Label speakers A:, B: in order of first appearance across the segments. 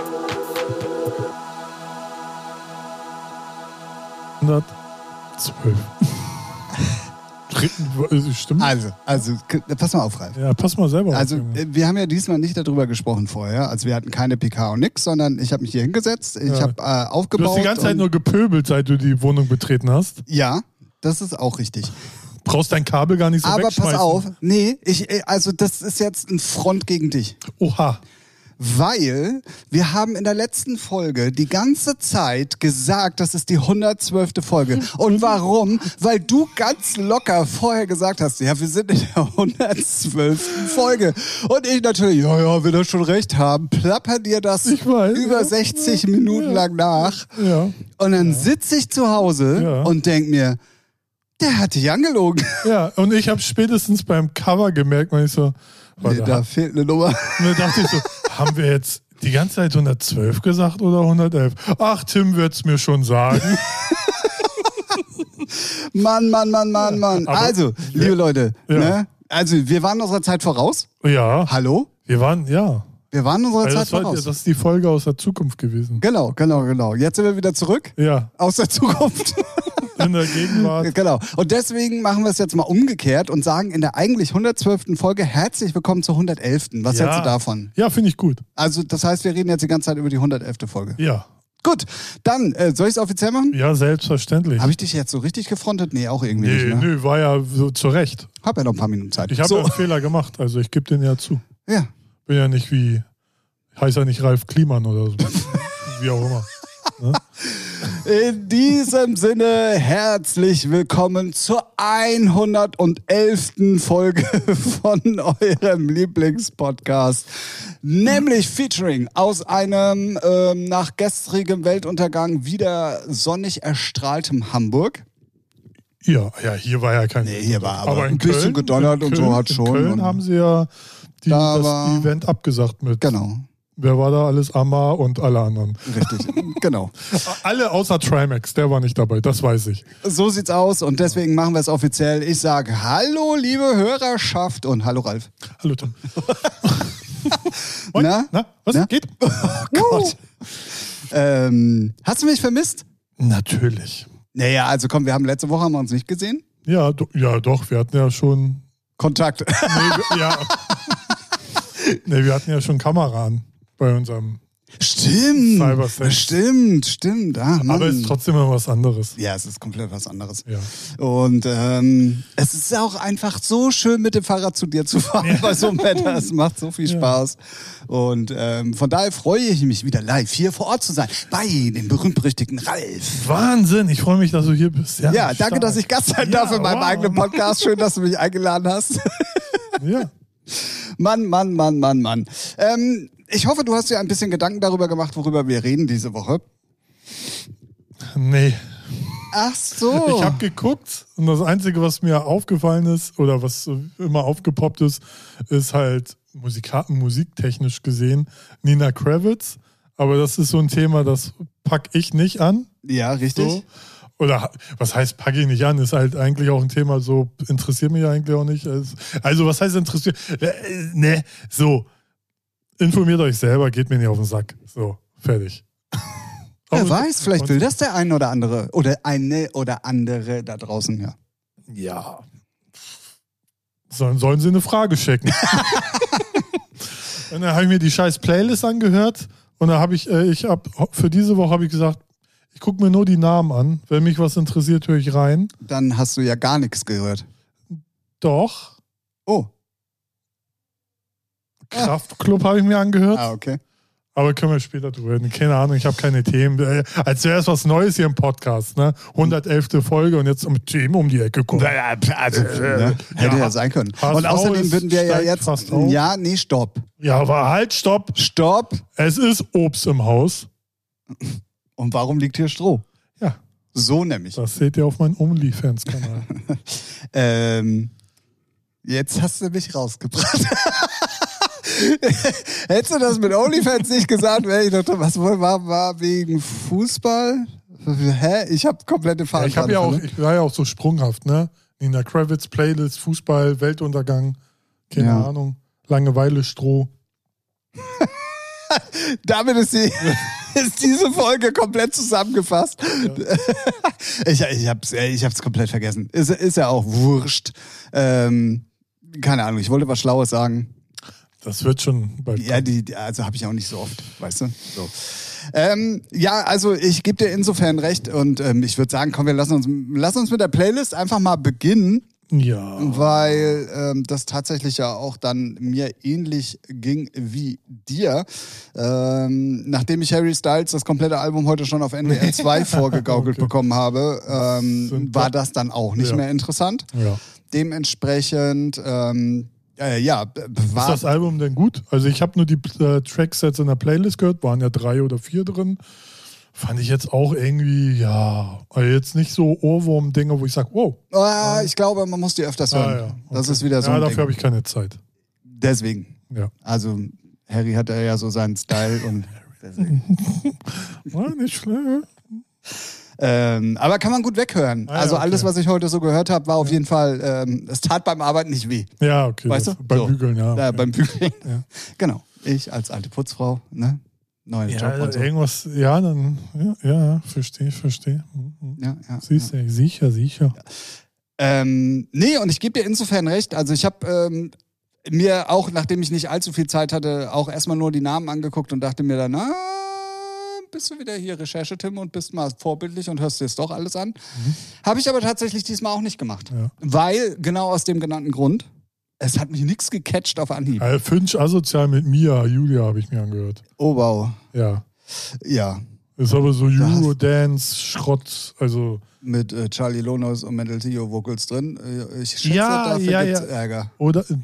A: 1912. Dritten- äh, Stimmt.
B: Also, also, k- pass mal auf, Ralf.
A: Ja, pass mal selber auf,
B: Also,
A: Junge.
B: äh, wir haben ja diesmal nicht darüber gesprochen vorher. Also, wir hatten keine PK und nix, sondern ich habe mich hier hingesetzt, ich
A: Ja.
B: habe äh,
A: Du
B: aufgebaut.
A: hast die ganze Zeit
B: und-
A: nur gepöbelt, seit du die Wohnung betreten hast.
B: ja, das ist auch richtig.
A: Brauchst dein Kabel gar nicht so
B: Aber pass
A: wegschmeißen.
B: auf, nee, ich, äh, also, das ist jetzt ein Front gegen dich.
A: Oha.
B: Weil wir haben in der letzten Folge die ganze Zeit gesagt, das ist die 112. Folge. Und warum? Weil du ganz locker vorher gesagt hast, ja, wir sind in der 112. Folge. Und ich natürlich, ja, ja, will er schon recht haben, plapper dir das
A: Ich weiß,
B: über
A: ja.
B: 60 Minuten lang nach.
A: Ja.
B: Und dann sitze ich zu Hause
A: Ja.
B: und denk mir, der hat dich angelogen.
A: Ja, und ich habe spätestens beim Cover gemerkt, weil ich so,
B: Nee,
A: warte,
B: da fehlt eine Nummer.
A: Und dann dachte ich so, haben wir jetzt die ganze Zeit 112 gesagt oder 111? Ach, Tim wird's mir schon sagen.
B: Mann, Mann, Mann, Mann, Mann.
A: aber-
B: Also, liebe Leute,
A: Ja.
B: ne? Also, wir waren unserer Zeit voraus.
A: Ja,
B: Hallo?
A: wir waren, ja.
B: Wir waren unserer
A: Also
B: Zeit
A: das, war,
B: voraus.
A: das ist die Folge aus der Zukunft gewesen.
B: genau, genau, genau. Jetzt sind wir wieder zurück
A: Ja,
B: aus der Zukunft.
A: in der Gegenwart.
B: genau. Und deswegen machen wir es jetzt mal umgekehrt und sagen in der eigentlich 112. Folge herzlich willkommen zur 111. Was
A: Ja.
B: hältst du davon?
A: Ja, finde ich gut.
B: Also, das heißt, wir reden jetzt die ganze Zeit über die 111. Folge.
A: Ja,
B: Gut, dann äh, soll ich es offiziell machen?
A: ja, selbstverständlich.
B: Habe ich dich jetzt so richtig gefrontet? Nee, auch irgendwie
A: Nee,
B: nicht. Ne?
A: nö, war ja so zu Recht.
B: Hab ja noch ein paar Minuten Zeit.
A: Ich habe
B: so,
A: ja einen Fehler gemacht, also ich gebe den ja zu.
B: ja.
A: Bin ja nicht wie, heißt ja nicht Ralf Kliman oder so. wie auch immer.
B: In diesem Sinne herzlich willkommen zur 111. Folge von eurem Lieblingspodcast, nämlich Featuring aus einem ähm, nach gestrigem Weltuntergang wieder sonnig erstrahltem Hamburg.
A: Ja, ja, hier war ja kein.
B: Nee, hier war aber ein
A: in
B: bisschen
A: Köln-
B: gedonnert
A: in
B: und so
A: Köln-
B: hat schon
A: In Köln
B: und-
A: haben sie ja die,
B: Da
A: das
B: war-
A: Event abgesagt mit.
B: Genau,
A: Wer war da alles? Amma und alle anderen.
B: richtig, genau.
A: Alle außer Trimax, der war nicht dabei, das weiß ich.
B: So sieht's aus und deswegen machen wir es offiziell. Ich sage Hallo, liebe Hörerschaft und Hallo, Ralf.
A: Hallo Tim. Moin.
B: Na?
A: Na? Was?
B: Na?
A: Geht?
B: Gott. Oh. Ähm, hast du mich vermisst?
A: Natürlich.
B: Naja, also komm, wir haben letzte Woche haben wir uns nicht gesehen.
A: Ja, do, ja, doch, wir hatten ja schon.
B: Kontakt.
A: Nee, wir, ja. nee, wir hatten ja schon Kamera an bei unserem.
B: Stimmt.
A: Cybersex.
B: Stimmt, stimmt. Ah, Mann.
A: Aber ist trotzdem immer was anderes.
B: ja, es ist komplett was anderes.
A: Ja.
B: Und ähm, es ist auch einfach so schön, mit dem Fahrrad zu dir zu fahren bei so einem Wetter. Es macht so viel Spaß. Und ähm, von daher freue ich mich wieder live hier vor Ort zu sein bei dem berühmt-berüchtigten Ralf.
A: Wahnsinn, ich freue mich, dass du hier bist. Ja,
B: Ja, danke,
A: stark.
B: dass ich Gast sein
A: Ja,
B: darf in meinem
A: wow.
B: eigenen Podcast. Schön, dass du mich eingeladen hast.
A: Ja.
B: Mann, Mann, Mann, Mann, Mann. Ähm, ich hoffe, du hast dir ein bisschen Gedanken darüber gemacht, worüber wir reden diese Woche.
A: Nee.
B: Ach so.
A: Ich habe geguckt und das Einzige, was mir aufgefallen ist oder was äh, immer aufgepoppt ist, ist halt Musika musiktechnisch gesehen Nina Kravitz. Aber das ist so ein Thema, das pack ich nicht an.
B: ja, richtig.
A: So. Oder ha- was heißt, pack ich nicht an? Ist halt eigentlich auch ein Thema, so interessiert mich eigentlich auch nicht. Also- Also, was heißt interessiert? Äh, Ne, so. Informiert euch selber, geht mir nicht auf den Sack. So, fertig.
B: Wer
A: Und-
B: weiß, vielleicht
A: und-
B: will das der ein oder andere oder eine oder andere da draußen, ja.
A: Ja. Sollen, sollen sie eine Frage schicken. und dann habe ich mir die scheiß Playlist angehört und da habe ich, äh, ich hab, für diese Woche habe ich gesagt, ich gucke mir nur die Namen an. Wenn mich was interessiert, höre ich rein.
B: Dann hast du ja gar nichts gehört.
A: Doch.
B: Oh,
A: Kraftclub habe ich mir angehört.
B: ah, okay.
A: Aber können wir später drüber reden. Keine Ahnung, ich habe keine Themen. Äh, Als wäre es was Neues hier im Podcast, ne? 111. Folge und jetzt um Themen um die Ecke kommen. Äh,
B: Also, ne? Hätte ja,
A: ja.
B: sein können.
A: HSV
B: Und außerdem
A: ist-
B: würden wir ja
A: steigt
B: jetzt.
A: fast auf.
B: Ja, nee, stopp.
A: Ja, aber halt, stopp.
B: Stopp.
A: Es ist Obst im Haus.
B: Und warum liegt hier Stroh?
A: Ja.
B: So nämlich.
A: Das seht ihr auf meinem OnlyFans-Kanal.
B: Ähm, jetzt hast du mich rausgebracht. Hättest du das mit OnlyFans nicht gesagt, wäre ich dachte, was wohl war, war wegen Fußball? Hä? Ich habe komplette
A: Ja,
B: Fahrt.
A: ich, hab ja auch,
B: ne?
A: ich war ja auch so sprunghaft, ne? Nina Kravitz, Playlist, Fußball, Weltuntergang, keine
B: Ja.
A: Ahnung, Langeweile, Stroh.
B: ne? Damit ist die ist diese Folge komplett zusammengefasst. ich ich hab's, ich hab's komplett vergessen. Ist, ist ja auch wurscht. Ähm, keine Ahnung, ich wollte was Schlaues sagen.
A: Das wird schon bald.
B: Ja, die, die- also habe ich auch nicht so oft, weißt du? So. Ähm, ja, also ich gebe dir insofern recht und ähm, ich würde sagen, komm, wir lassen uns, lass uns mit der Playlist einfach mal beginnen,
A: Ja.
B: weil ähm, das tatsächlich ja auch dann mir ähnlich ging wie dir. Ähm, nachdem ich Harry Styles das komplette Album heute schon auf NDR 2 vorgegaukelt
A: Okay.
B: bekommen habe, ähm,
A: Sind
B: war
A: doch-
B: das dann auch nicht
A: Ja.
B: mehr interessant.
A: ja.
B: Dementsprechend, ähm, äh, ja, b-
A: Ist
B: war
A: das Album denn gut? Also ich habe nur die äh, Tracksets in der Playlist gehört, waren ja drei oder vier drin. Fand ich jetzt auch irgendwie, ja, aber jetzt nicht so Ohrwurm-Dinger, wo ich sage, wow.
B: Ah, ich glaube, man muss die öfters hören.
A: Ah, ja.
B: Das
A: okay.
B: ist wieder so.
A: Ja,
B: ein
A: dafür habe
B: Ding.
A: ich keine Zeit.
B: Deswegen.
A: Ja.
B: Also, Harry hat ja so seinen Style und. deswegen.
A: Ah, nicht schlecht.
B: ähm, aber kann man gut weghören.
A: Ah, ja,
B: also, alles,
A: okay.
B: was ich heute so gehört habe, war auf jeden Fall. Ähm, es tat beim Arbeiten nicht weh.
A: Ja, okay.
B: Weißt
A: das-
B: du?
A: Beim
B: So.
A: Bügeln, ja.
B: Äh,
A: okay.
B: beim Bügeln.
A: Ja.
B: Genau. Ich als alte Putzfrau, ne? Neuen
A: ja, also äh,
B: Job und so.
A: irgendwas, ja, dann, ja, ja, verstehe, verstehe. Mhm, mhm.
B: Ja, ja, ja.
A: Siehst du, sicher, sicher.
B: Ähm, nee, und ich gebe dir insofern recht. Also ich habe ähm, mir auch, nachdem ich nicht allzu viel Zeit hatte, auch erstmal nur die Namen angeguckt und dachte mir dann, ah, bist du wieder hier Recherche, Tim, und bist mal vorbildlich und hörst dir das doch alles an. Habe ich aber tatsächlich diesmal auch nicht gemacht.
A: Mhm. Ja.
B: Weil, genau aus dem genannten Grund, es hat mich nichts gecatcht auf Anhieb.
A: Äh, Finch asozial mit Mia, Julia habe ich mir angehört.
B: Oh, wow.
A: Ja.
B: Ja,
A: Ist aber so
B: Da hast-
A: Eurodance-Schrott, also.
B: mit äh, Charlie Lonos und Mendel Tio Vocals drin. Äh, ich schätze,
A: Ja,
B: dafür
A: ja,
B: gibt's
A: ja.
B: Ärger.
A: Oder äh,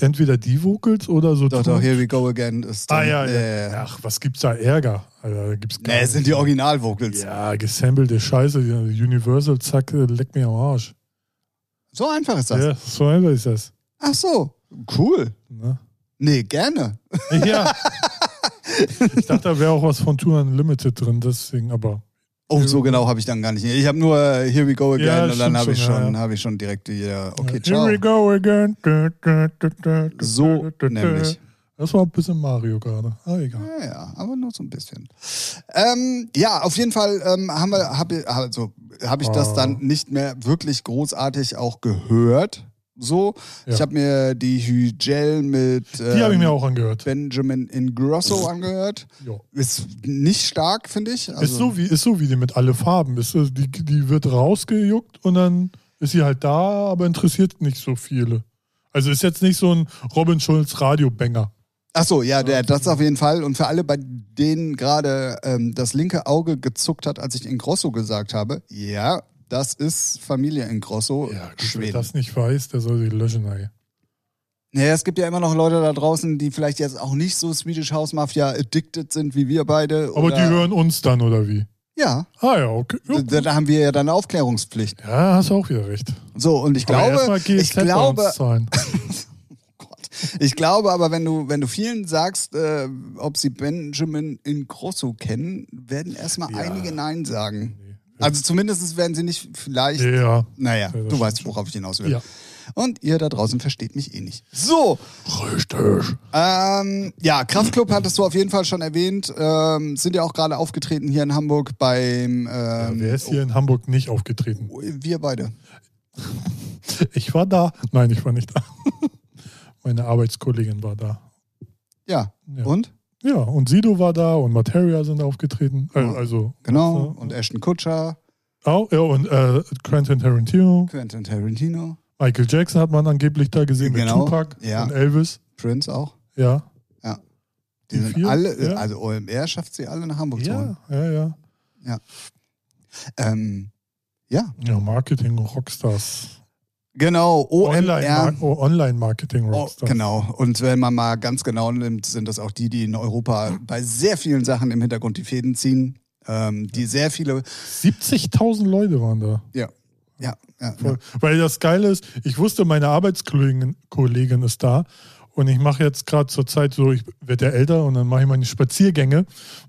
A: entweder die Vocals oder so.
B: Doch, doch, Here We Go Again ist
A: ah,
B: drin.
A: ja,
B: Äh,
A: ja. Ach, was gibt's da Ärger? Alter, da gibt's gar
B: Nee, es Äh, sind die Original-Vocals.
A: Ja, gesampelte Scheiße, die Universal, zack, äh, leck mir am Arsch.
B: So einfach ist das.
A: Ja, so einfach ist das.
B: Ach so, cool.
A: Ne?
B: Nee, gerne.
A: Ja. ich dachte, da wäre auch was von Tour Unlimited drin, deswegen, aber.
B: Oh, so genau habe ich dann gar nicht. Ich habe nur äh, Here We Go Again
A: Ja,
B: und dann
A: stimmt
B: habe ich,
A: schon, ja,
B: schon,
A: ja.
B: hab ich schon direkt wieder,
A: Ja,
B: okay, ciao.
A: Here we go again. Du, du, du, du, du,
B: So
A: du, du, du.
B: nämlich.
A: Das war ein bisschen Mario gerade. Ah, egal.
B: Ja, ja, aber nur so ein bisschen. Ähm, ja, auf jeden Fall ähm, haben wir, hab, ich- also, habe ich das
A: Ah.
B: dann nicht mehr wirklich großartig auch gehört. So,
A: Ja.
B: ich habe mir die Hügel mit
A: Die habe ich
B: ähm,
A: mir auch angehört.
B: Benjamin Ingrosso angehört.
A: Jo.
B: Ist nicht stark, finde ich. Also,
A: ist, so wie, ist so wie die mit alle Farben. Ist, so, die, die wird rausgejuckt und dann ist sie halt da, aber interessiert nicht so viele. Also ist jetzt nicht so ein Robin Schulz Radiobanger.
B: Ach so, ja, der, das auf jeden Fall. Und für alle, bei denen gerade ähm, das linke Auge gezuckt hat, als ich Ingrosso gesagt habe, ja, das ist Familie Ingrosso,
A: Ja, gut, wer
B: Schweden.
A: das nicht weiß, der soll sie löschen. Ey.
B: Naja, es gibt ja immer noch Leute da draußen, die vielleicht jetzt auch nicht so Swedish House Mafia addicted sind wie wir beide.
A: Aber die hören uns dann, oder wie?
B: Ja,
A: Ah ja, okay. Jo.
B: da, da haben wir ja dann eine Aufklärungspflicht.
A: Ja, hast du auch wieder recht.
B: So, und ich
A: aber erstmal
B: glaube,
A: GZ
B: ich
A: bei
B: glaube,
A: uns zahlen.
B: Gott. Ich glaube aber, wenn du, wenn du vielen sagst, äh, ob sie Benjamin Ingrosso kennen, werden erstmal
A: Ja.
B: einige Nein sagen.
A: Nee.
B: Also zumindest werden sie nicht vielleicht.
A: Ja.
B: Naja,
A: das
B: du
A: stimmt
B: weißt, worauf ich hinaus will.
A: Ja.
B: Und ihr da draußen versteht mich eh nicht. So,
A: Richtig.
B: ähm, ja, Kraftclub hattest du auf jeden Fall schon erwähnt. Ähm, sind ja auch gerade aufgetreten hier in Hamburg beim.
A: Ja,
B: Ähm,
A: wer ist hier in Hamburg nicht aufgetreten?
B: oh, wir beide.
A: Ich war da. Nein, ich war nicht da. Meine Arbeitskollegin war da.
B: Ja.
A: Ja.
B: Und?
A: Ja, und Sido war da und Materia sind aufgetreten. Äh,
B: Ja.
A: Also,
B: Genau.
A: Ja.
B: Und Ashton Kutscher,
A: oh, ja, und äh, Quentin Tarantino,
B: Quentin Tarantino,
A: Michael Jackson hat man angeblich da gesehen
B: Genau,
A: mit Tupac
B: ja.
A: und Elvis.
B: Prince auch.
A: Ja.
B: Die
A: Die
B: sind
A: Um vier?
B: alle,
A: Ja.
B: also OMR schafft sie alle nach Hamburg zu holen.
A: Ja, ja, ja.
B: Ähm, ja,
A: Ja, Marketing Rockstars.
B: genau. OMR.
A: Online-Mar- oh, Online-Marketing
B: Oh,
A: Rockstars.
B: genau. Und wenn man mal ganz genau nimmt, sind das auch die, die in Europa bei sehr vielen Sachen im Hintergrund die Fäden ziehen. Ähm, die sehr viele.
A: 70.000 Leute waren da.
B: Ja. Ja. ja, ja.
A: Voll. Weil das Geile ist, ich wusste, meine Arbeitskollegin Kollegin ist da und ich mache jetzt gerade zur Zeit so, ich werde ja älter und dann mache ich meine Spaziergänge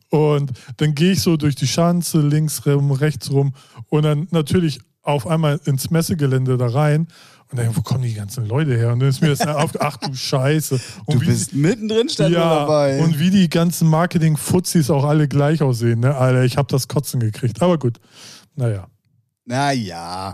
A: und dann gehe ich so durch die Schanze links rum, rechts rum und dann natürlich auf einmal ins Messegelände da rein Und dann, wo kommen die ganzen Leute her? Und dann ist mir das auf, ach du Scheiße. Und
B: Du
A: wie-
B: bist mittendrin, stand nur dabei.
A: und wie die ganzen Marketing-Fuzzis auch alle gleich aussehen, ne? Alter, ich hab das Kotzen gekriegt. Aber gut, naja.
B: Naja.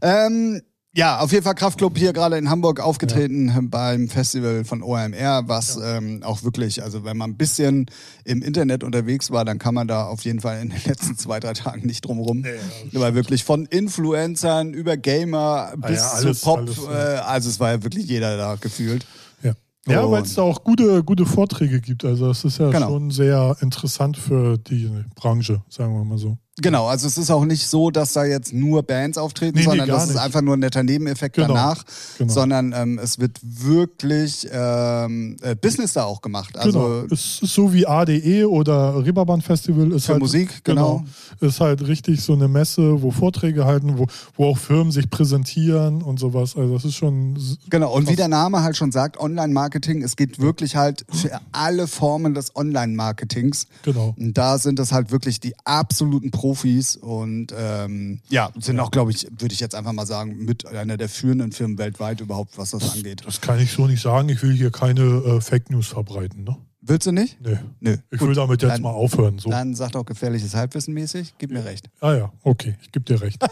B: Ähm, ja, auf jeden Fall Kraftklub hier gerade in Hamburg aufgetreten beim Festival von OMR, was ähm, auch wirklich, also wenn man ein bisschen im Internet unterwegs war, dann kann man da auf jeden Fall in den letzten zwei, drei Tagen nicht drum rum. Weil wirklich von Influencern über Gamer bis
A: Ah ja, alles,
B: zu Pop,
A: alles, ja.
B: äh, also es war ja wirklich jeder da gefühlt.
A: Ja, ja
B: Und-
A: weil es da auch gute, gute Vorträge gibt. Also das ist ja
B: Genau.
A: schon sehr interessant für die Branche, sagen wir mal so.
B: Genau, also es ist auch nicht so, dass da jetzt nur Bands auftreten,
A: Nee, nee,
B: sondern
A: gar
B: das ist
A: nicht.
B: einfach nur ein netter Nebeneffekt
A: Genau,
B: danach,
A: genau.
B: sondern ähm, es wird wirklich ähm, äh, Business da auch gemacht. Also
A: genau. Es ist so wie ADE oder Reeperbahn Festival ist
B: Für
A: halt
B: Musik, genau.
A: Ist halt richtig so eine Messe, wo Vorträge halten, wo, wo auch Firmen sich präsentieren und sowas. Also das ist schon s-
B: Genau, und wie der Name halt schon sagt, Online-Marketing, es geht wirklich halt für alle Formen des Online-Marketings.
A: genau.
B: Und da sind das halt wirklich die absoluten Profis und ähm, ja, sind auch, glaube ich, würde ich jetzt einfach mal sagen, mit einer der führenden Firmen weltweit überhaupt, was das angeht.
A: Das kann ich so nicht sagen. Ich will hier keine äh, Fake News verbreiten, ne?
B: Willst du nicht?
A: Nee.
B: Nö.
A: Ich will damit jetzt
B: dann-
A: mal aufhören. So.
B: Dann sagt auch gefährliches Halbwissen mäßig, gib mir recht.
A: Ah ja, okay, ich gebe dir recht.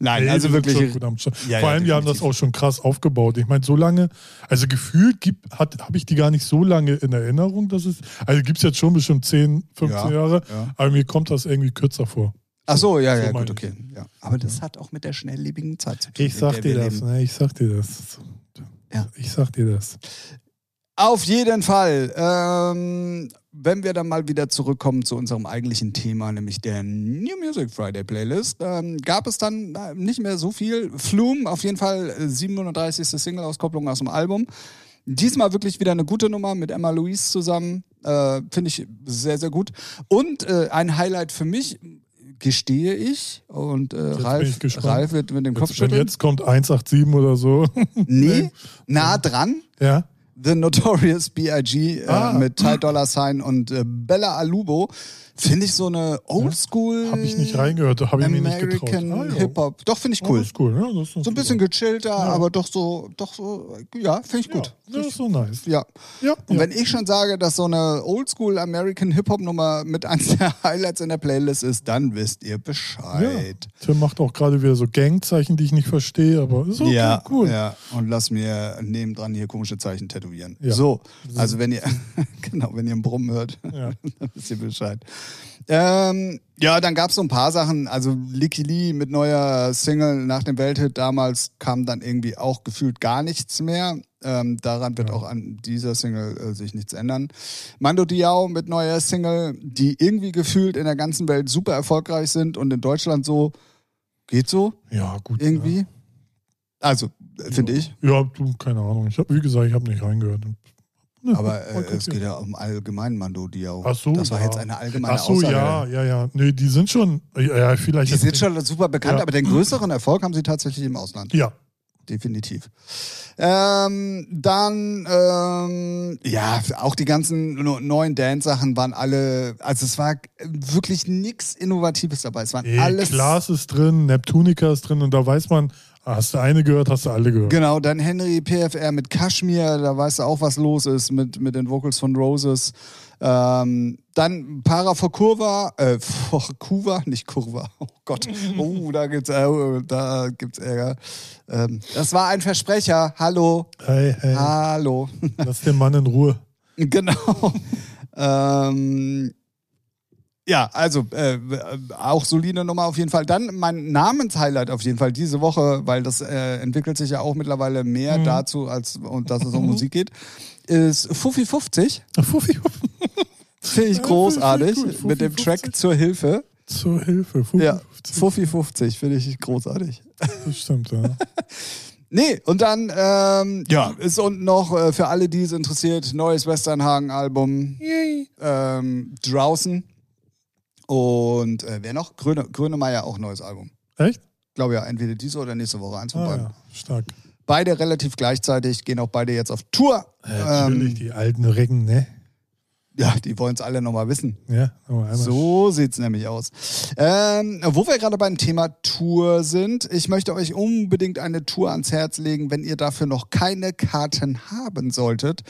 B: Nein,
A: Nee,
B: also
A: die sind schon
B: wirklich.
A: Gut am Start.
B: Ja, ja,
A: Vor allem, die haben das
B: definitiv.
A: auch schon krass aufgebaut. Ich meine, so lange, also gefühlt habe ich die gar nicht so lange in Erinnerung. Dass es, also gibt es jetzt schon bestimmt 10, 15
B: Ja,
A: Jahre,
B: ja.
A: aber mir kommt das irgendwie kürzer vor.
B: Ach so, ja,
A: So
B: ja,
A: meine
B: gut, okay. Ja. Aber das hat auch mit der schnelllebigen Zeit zu tun. in der wir leben.
A: ne? ich sag dir das.
B: Ja.
A: Ich sag dir das.
B: Auf jeden Fall. Ähm, wenn wir dann mal wieder zurückkommen zu unserem eigentlichen Thema, nämlich der New Music Friday Playlist, ähm, gab es dann äh, nicht mehr so viel. Flume, auf jeden Fall äh, 37. Single-Auskopplung aus dem Album. Diesmal wirklich wieder eine gute Nummer mit Emma Louise zusammen. Äh, Finde ich sehr, sehr gut. Und äh, ein Highlight für mich, gestehe ich, und äh,
A: bin
B: Ralf,
A: ich gespannt.
B: Ralf wird mit dem Kopf
A: Jetzt, wenn
B: schütteln.
A: jetzt kommt 187 oder so.
B: Nee, nah dran.
A: ja.
B: The Notorious B.I.G.
A: Ah.
B: Äh, mit Ty Dollar Sign und äh, Bella Alubo. Finde ich so eine Oldschool.
A: Hab ich nicht reingehört, hab ich mir nicht getraut.
B: American
A: Ah, ja.
B: Hip-Hop. Doch, finde ich
A: Oh,
B: cool.
A: das ist cool, ne? Das ist
B: so ein bisschen gechillter, aber doch so, doch so, ja, finde ich
A: Ja,
B: gut.
A: das ist so nice.
B: Ja.
A: Ja,
B: Und
A: ja.
B: wenn ich schon sage, dass so eine Oldschool American Hip-Hop-Nummer mit eins der Highlights in der Playlist ist, dann wisst ihr
A: ja.
B: Bescheid.
A: Tim macht auch gerade wieder so Gangzeichen, die ich nicht verstehe, aber ist okay,
B: ja,
A: cool.
B: ja, und lass mir nebendran hier komische Zeichen tätowieren.
A: Ja.
B: So, also wenn ihr, genau, wenn ihr einen Brummen hört,
A: Ja.
B: dann wisst ihr Bescheid. Ähm, ja, dann gab es so ein paar Sachen, also Licky Lee mit neuer Single nach dem Welthit damals kam dann irgendwie auch gefühlt gar nichts mehr. Ähm, daran wird auch an dieser Single äh, sich nichts ändern. Mando Diao mit neuer Single, die irgendwie gefühlt in der ganzen Welt super erfolgreich sind und in Deutschland so, geht so
A: Ja, gut.
B: irgendwie.
A: Ja.
B: Also, finde ich.
A: Ja, du, keine Ahnung. Ich hab, wie gesagt, ich habe nicht reingehört. Ne,
B: Aber
A: mal
B: äh,
A: gucken.
B: es geht ja um allgemein Mando Diao.
A: Ach so,
B: das war
A: ja.
B: jetzt eine allgemeine
A: Ach so,
B: Aussage.
A: ja, ja, ja. Nee, die sind schon, ja, ja vielleicht.
B: Die
A: jetzt
B: sind
A: nicht-
B: schon super bekannt,
A: Ja.
B: aber den größeren Erfolg haben sie tatsächlich im Ausland.
A: Ja,
B: Definitiv. Ähm, dann, ähm, ja, auch die ganzen no- neuen Dance-Sachen waren alle, also es war wirklich nichts Innovatives dabei. Es waren
A: nee,
B: alles.
A: Klaas ist drin, Neptunica ist drin und da weiß man, ah, hast du eine gehört, hast du alle gehört.
B: Genau, dann Henry PFR mit Kashmir, da weißt du auch, was los ist mit, mit den Vocals von Roses. Ähm, dann Para for Kurva, äh, for Kuva, nicht Kurva, oh Gott, oh, da gibt's, äh, da gibt's Ärger. Ähm, das war ein Versprecher, hallo,
A: Hey, hey,
B: Ah. hallo,
A: lass den Mann in Ruhe.
B: genau. ähm, ja, also äh, auch solide Nummer auf jeden Fall. Dann mein Namenshighlight auf jeden Fall diese Woche, weil das äh, entwickelt sich ja auch mittlerweile mehr
A: Mhm.
B: dazu, als und dass es um Musik geht, ist Fuffi 50.
A: Fuffi,
B: Finde ich
A: Ja,
B: großartig.
A: finde ich gut.
B: Mit dem
A: Fuffi
B: Track
A: 50.
B: zur Hilfe.
A: zur Hilfe. Fuffi,
B: Ja,
A: 50,
B: Fuffi 50 finde ich großartig.
A: das stimmt, ja.
B: Nee, und dann, ähm, ja, ist unten noch äh, für alle, die es interessiert, neues Westernhagen-Album. ähm, Draußen und äh, wer noch? Gröne, Grönemeyer auch neues Album.
A: Echt?
B: Glaube ja, entweder diese oder nächste Woche, eins von
A: Ah,
B: beiden.
A: ja, stark.
B: Beide relativ gleichzeitig, gehen auch beide jetzt auf Tour.
A: Äh, Natürlich,
B: Ähm,
A: die alten Recken, ne?
B: Ja, die wollen es alle nochmal wissen.
A: Ja, aber einmal.
B: So sieht's nämlich aus. Ähm, wo wir gerade beim Thema Tour sind, ich möchte euch unbedingt eine Tour ans Herz legen. Wenn ihr dafür noch keine Karten haben solltet,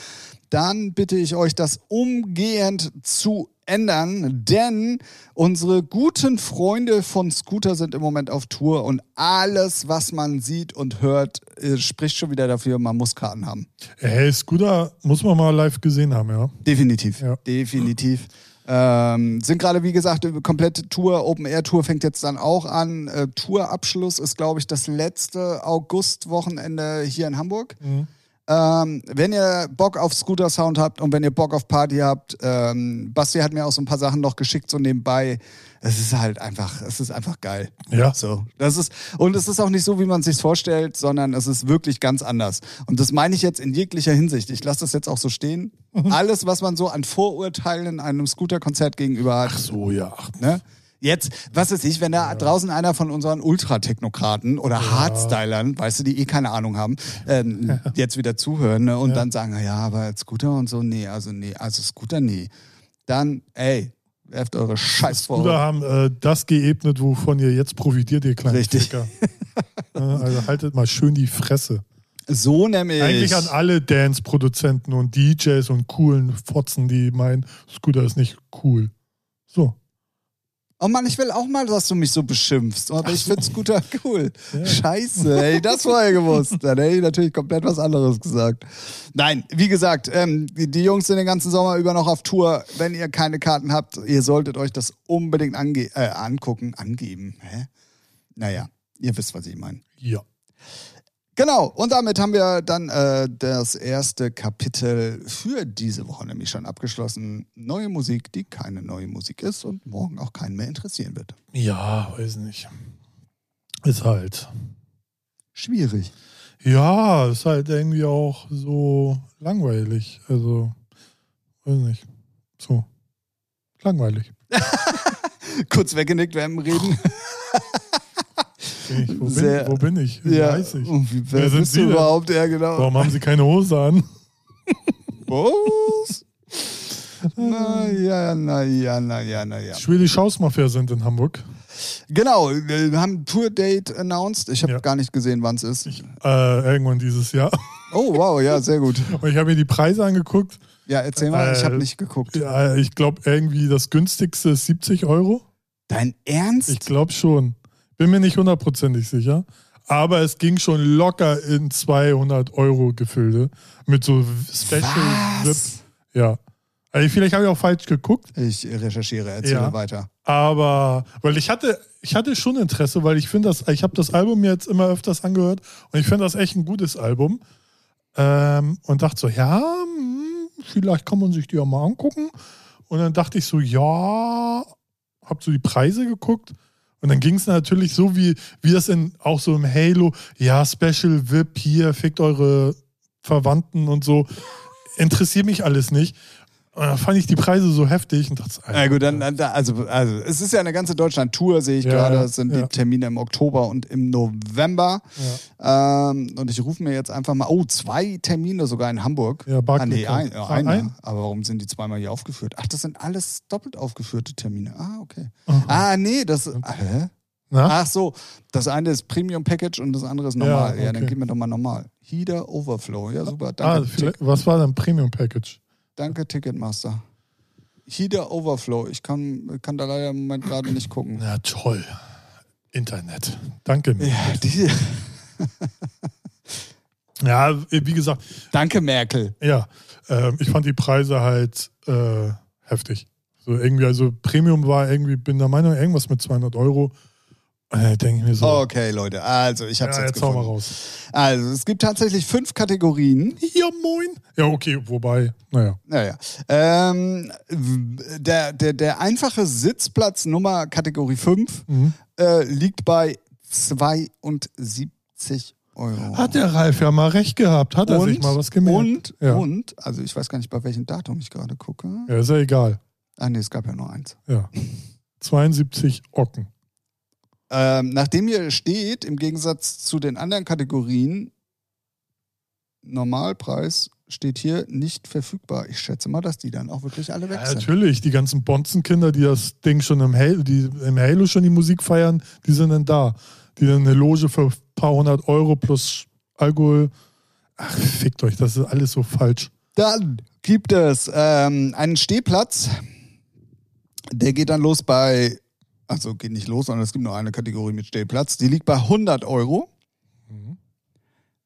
B: dann bitte ich euch, das umgehend zu ändern, denn unsere guten Freunde von Scooter sind im Moment auf Tour und alles, was man sieht und hört, äh, spricht schon wieder dafür, man muss Karten haben.
A: Hey, Scooter muss man mal live gesehen haben, ja.
B: Definitiv.
A: Ja.
B: Definitiv. Ähm, sind gerade, wie gesagt, komplette Tour, Open-Air-Tour fängt jetzt dann auch an. Äh, Tourabschluss ist, glaube ich, das letzte August-Wochenende hier in Hamburg.
A: Mhm.
B: Ähm, wenn ihr Bock auf Scooter-Sound habt und wenn ihr Bock auf Party habt, ähm, Basti hat mir auch so ein paar Sachen noch geschickt, so nebenbei. Es ist halt einfach, es ist einfach geil.
A: Ja.
B: So, das ist, und es ist auch nicht so, wie man es sich vorstellt, sondern es ist wirklich ganz anders. Und das meine ich jetzt in jeglicher Hinsicht. Ich lasse das jetzt auch so stehen.
A: Mhm.
B: Alles, was man so an Vorurteilen einem Scooter-Konzert gegenüber hat.
A: So, ja. Ach,
B: Ne? Jetzt, was ist ich, wenn da draußen einer von unseren Ultratechnokraten oder Hardstylern, weißt du, die eh keine Ahnung haben, ähm, jetzt wieder zuhören ne? und dann sagen, ja, aber Scooter und so, nee, also nee, also Scooter nee. Dann, ey, werft eure Scheiß
A: Scooter
B: vor.
A: haben äh, das geebnet, wovon ihr jetzt profitiert, ihr kleinen
B: Richtig.
A: Ficker. Äh, also haltet mal schön die Fresse.
B: So nämlich.
A: Eigentlich an alle Dance-Produzenten und DJs und coolen Fotzen, die meinen, Scooter ist nicht cool. So.
B: Oh Mann, ich will auch mal, dass du mich so beschimpfst. Aber ich find's guter cool.
A: Ja.
B: Scheiße, ey, das vorher gewusst. Dann hätte ich natürlich komplett was anderes gesagt. Nein, wie gesagt, ähm, die, die Jungs sind den ganzen Sommer über noch auf Tour. Wenn ihr keine Karten habt, ihr solltet euch das unbedingt ange äh, angucken, angeben. Hä? Naja, ihr wisst, was ich meine.
A: Ja.
B: Genau, und damit haben wir dann äh, das erste Kapitel für diese Woche nämlich schon abgeschlossen. Neue Musik, die keine neue Musik ist und morgen auch keinen mehr interessieren wird.
A: Ja, weiß nicht. Ist halt.
B: Schwierig.
A: Ja, ist halt irgendwie auch so langweilig. Also, weiß nicht. So. Langweilig.
B: Kurz weggenickt während dem Reden.
A: Bin ich, wo,
B: Sehr-
A: bin, wo bin ich? Weiß ich.
B: Und wie, wer
A: Wer sind
B: bist
A: Sie
B: du
A: denn?
B: überhaupt? Ja, genau.
A: Warum haben sie keine Hose an?
B: Was? naja, naja, naja, naja.
A: Schwedisch Hausmafia sind in Hamburg.
B: Genau, wir haben ein Tour-Date announced. Ich habe
A: Ja.
B: gar nicht gesehen, wann es ist.
A: Äh, irgendwann dieses Jahr.
B: Oh, wow, ja, sehr gut.
A: Und ich habe mir die Preise angeguckt.
B: Ja, erzähl mal, ich habe
A: Äh,
B: nicht geguckt.
A: Ja, ich glaube, irgendwie das günstigste ist 70 Euro.
B: Dein Ernst?
A: Ich glaube schon. Bin mir nicht hundertprozentig sicher. Aber es ging schon locker in 200 Euro Gefilde mit so Special Whip.
B: Was?
A: Ja. Also vielleicht habe ich auch falsch geguckt,
B: Ich recherchiere, erzähl
A: Ja.
B: weiter.
A: aber weil ich hatte, ich hatte schon Interesse, weil ich finde das, ich habe das Album mir jetzt immer öfters angehört und ich finde das echt ein gutes Album. Ähm, und dachte so, ja, hm, vielleicht kann man sich die ja mal angucken. Und dann dachte ich so, ja, hab so die Preise geguckt. Und dann ging es natürlich so, wie, wie das in auch so im Halo, ja, Special VIP hier, fickt eure Verwandten und so. Interessiert mich alles nicht. Und dann fand ich die Preise so heftig und dachte, so,
B: Na gut, dann, dann da- also, also es ist ja eine ganze Deutschland-Tour, sehe ich
A: Ja,
B: gerade.
A: ja,
B: Es sind
A: ja.
B: die Termine im Oktober und im November. Ähm, und ich rufe mir jetzt einfach mal, oh, zwei Termine sogar in Hamburg.
A: Ja,
B: ah,
A: Barclay
B: nee,
A: kommt.
B: ein, ja,
A: Ah,
B: einer.
A: ein?
B: Aber warum sind die zweimal hier aufgeführt? Ach, das sind alles doppelt aufgeführte Termine. Ah, okay.
A: Aha.
B: Ah, nee, das. Hä?
A: Na?
B: Ach so, das eine ist Premium Package und das andere ist normal. Ja,
A: Ja,
B: dann
A: okay.
B: gib mir doch mal normal. Heater Overflow. Ja, super.
A: Ah,
B: Danke, Tick,
A: vielleicht- was war denn Premium Package?
B: danke Ticketmaster. Heater Overflow. Ich kann, kann da leider im Moment gerade nicht gucken.
A: Na toll. Internet. Danke.
B: Ja, die,
A: Ja, wie gesagt,
B: danke, Merkel.
A: ja, ähm, ich fand die Preise halt äh, heftig. So irgendwie, also Premium war irgendwie, bin der Meinung, irgendwas mit 200 Euro. Äh, Denke ich mir so.
B: Okay, Leute. Also, ich hab's
A: ja,
B: jetzt
A: jetzt hau mal
B: gefunden.
A: raus.
B: Also, es gibt tatsächlich fünf Kategorien.
A: Ja, moin. Ja, okay, wobei, naja.
B: Naja. Ähm, w- der, der, der einfache Sitzplatz Nummer Kategorie 5
A: Mhm.
B: äh, liegt bei 72 Euro.
A: Hat der Ralf ja mal recht gehabt, hat er
B: und,
A: sich mal was gemerkt.
B: Und,
A: ja.
B: und, also ich weiß gar nicht, bei welchem Datum ich gerade gucke.
A: ja, ist ja egal.
B: Ah, nee, es gab ja nur eins.
A: Ja. 72 Ocken.
B: Ähm, nachdem hier steht, im Gegensatz zu den anderen Kategorien, Normalpreis steht hier nicht verfügbar. Ich schätze mal, dass die dann auch wirklich alle weg
A: Ja,
B: sind.
A: natürlich, die ganzen Bonzenkinder, die das Ding schon im Halo, die im Halo schon die Musik feiern, die sind dann da. Die dann eine Loge für ein paar hundert Euro plus Alkohol. Ach, fickt euch, das ist alles so falsch.
B: Dann gibt es ähm, einen Stehplatz. Der geht dann los bei, also geht nicht los, sondern es gibt nur eine Kategorie mit Stehplatz. Die liegt bei 100 Euro.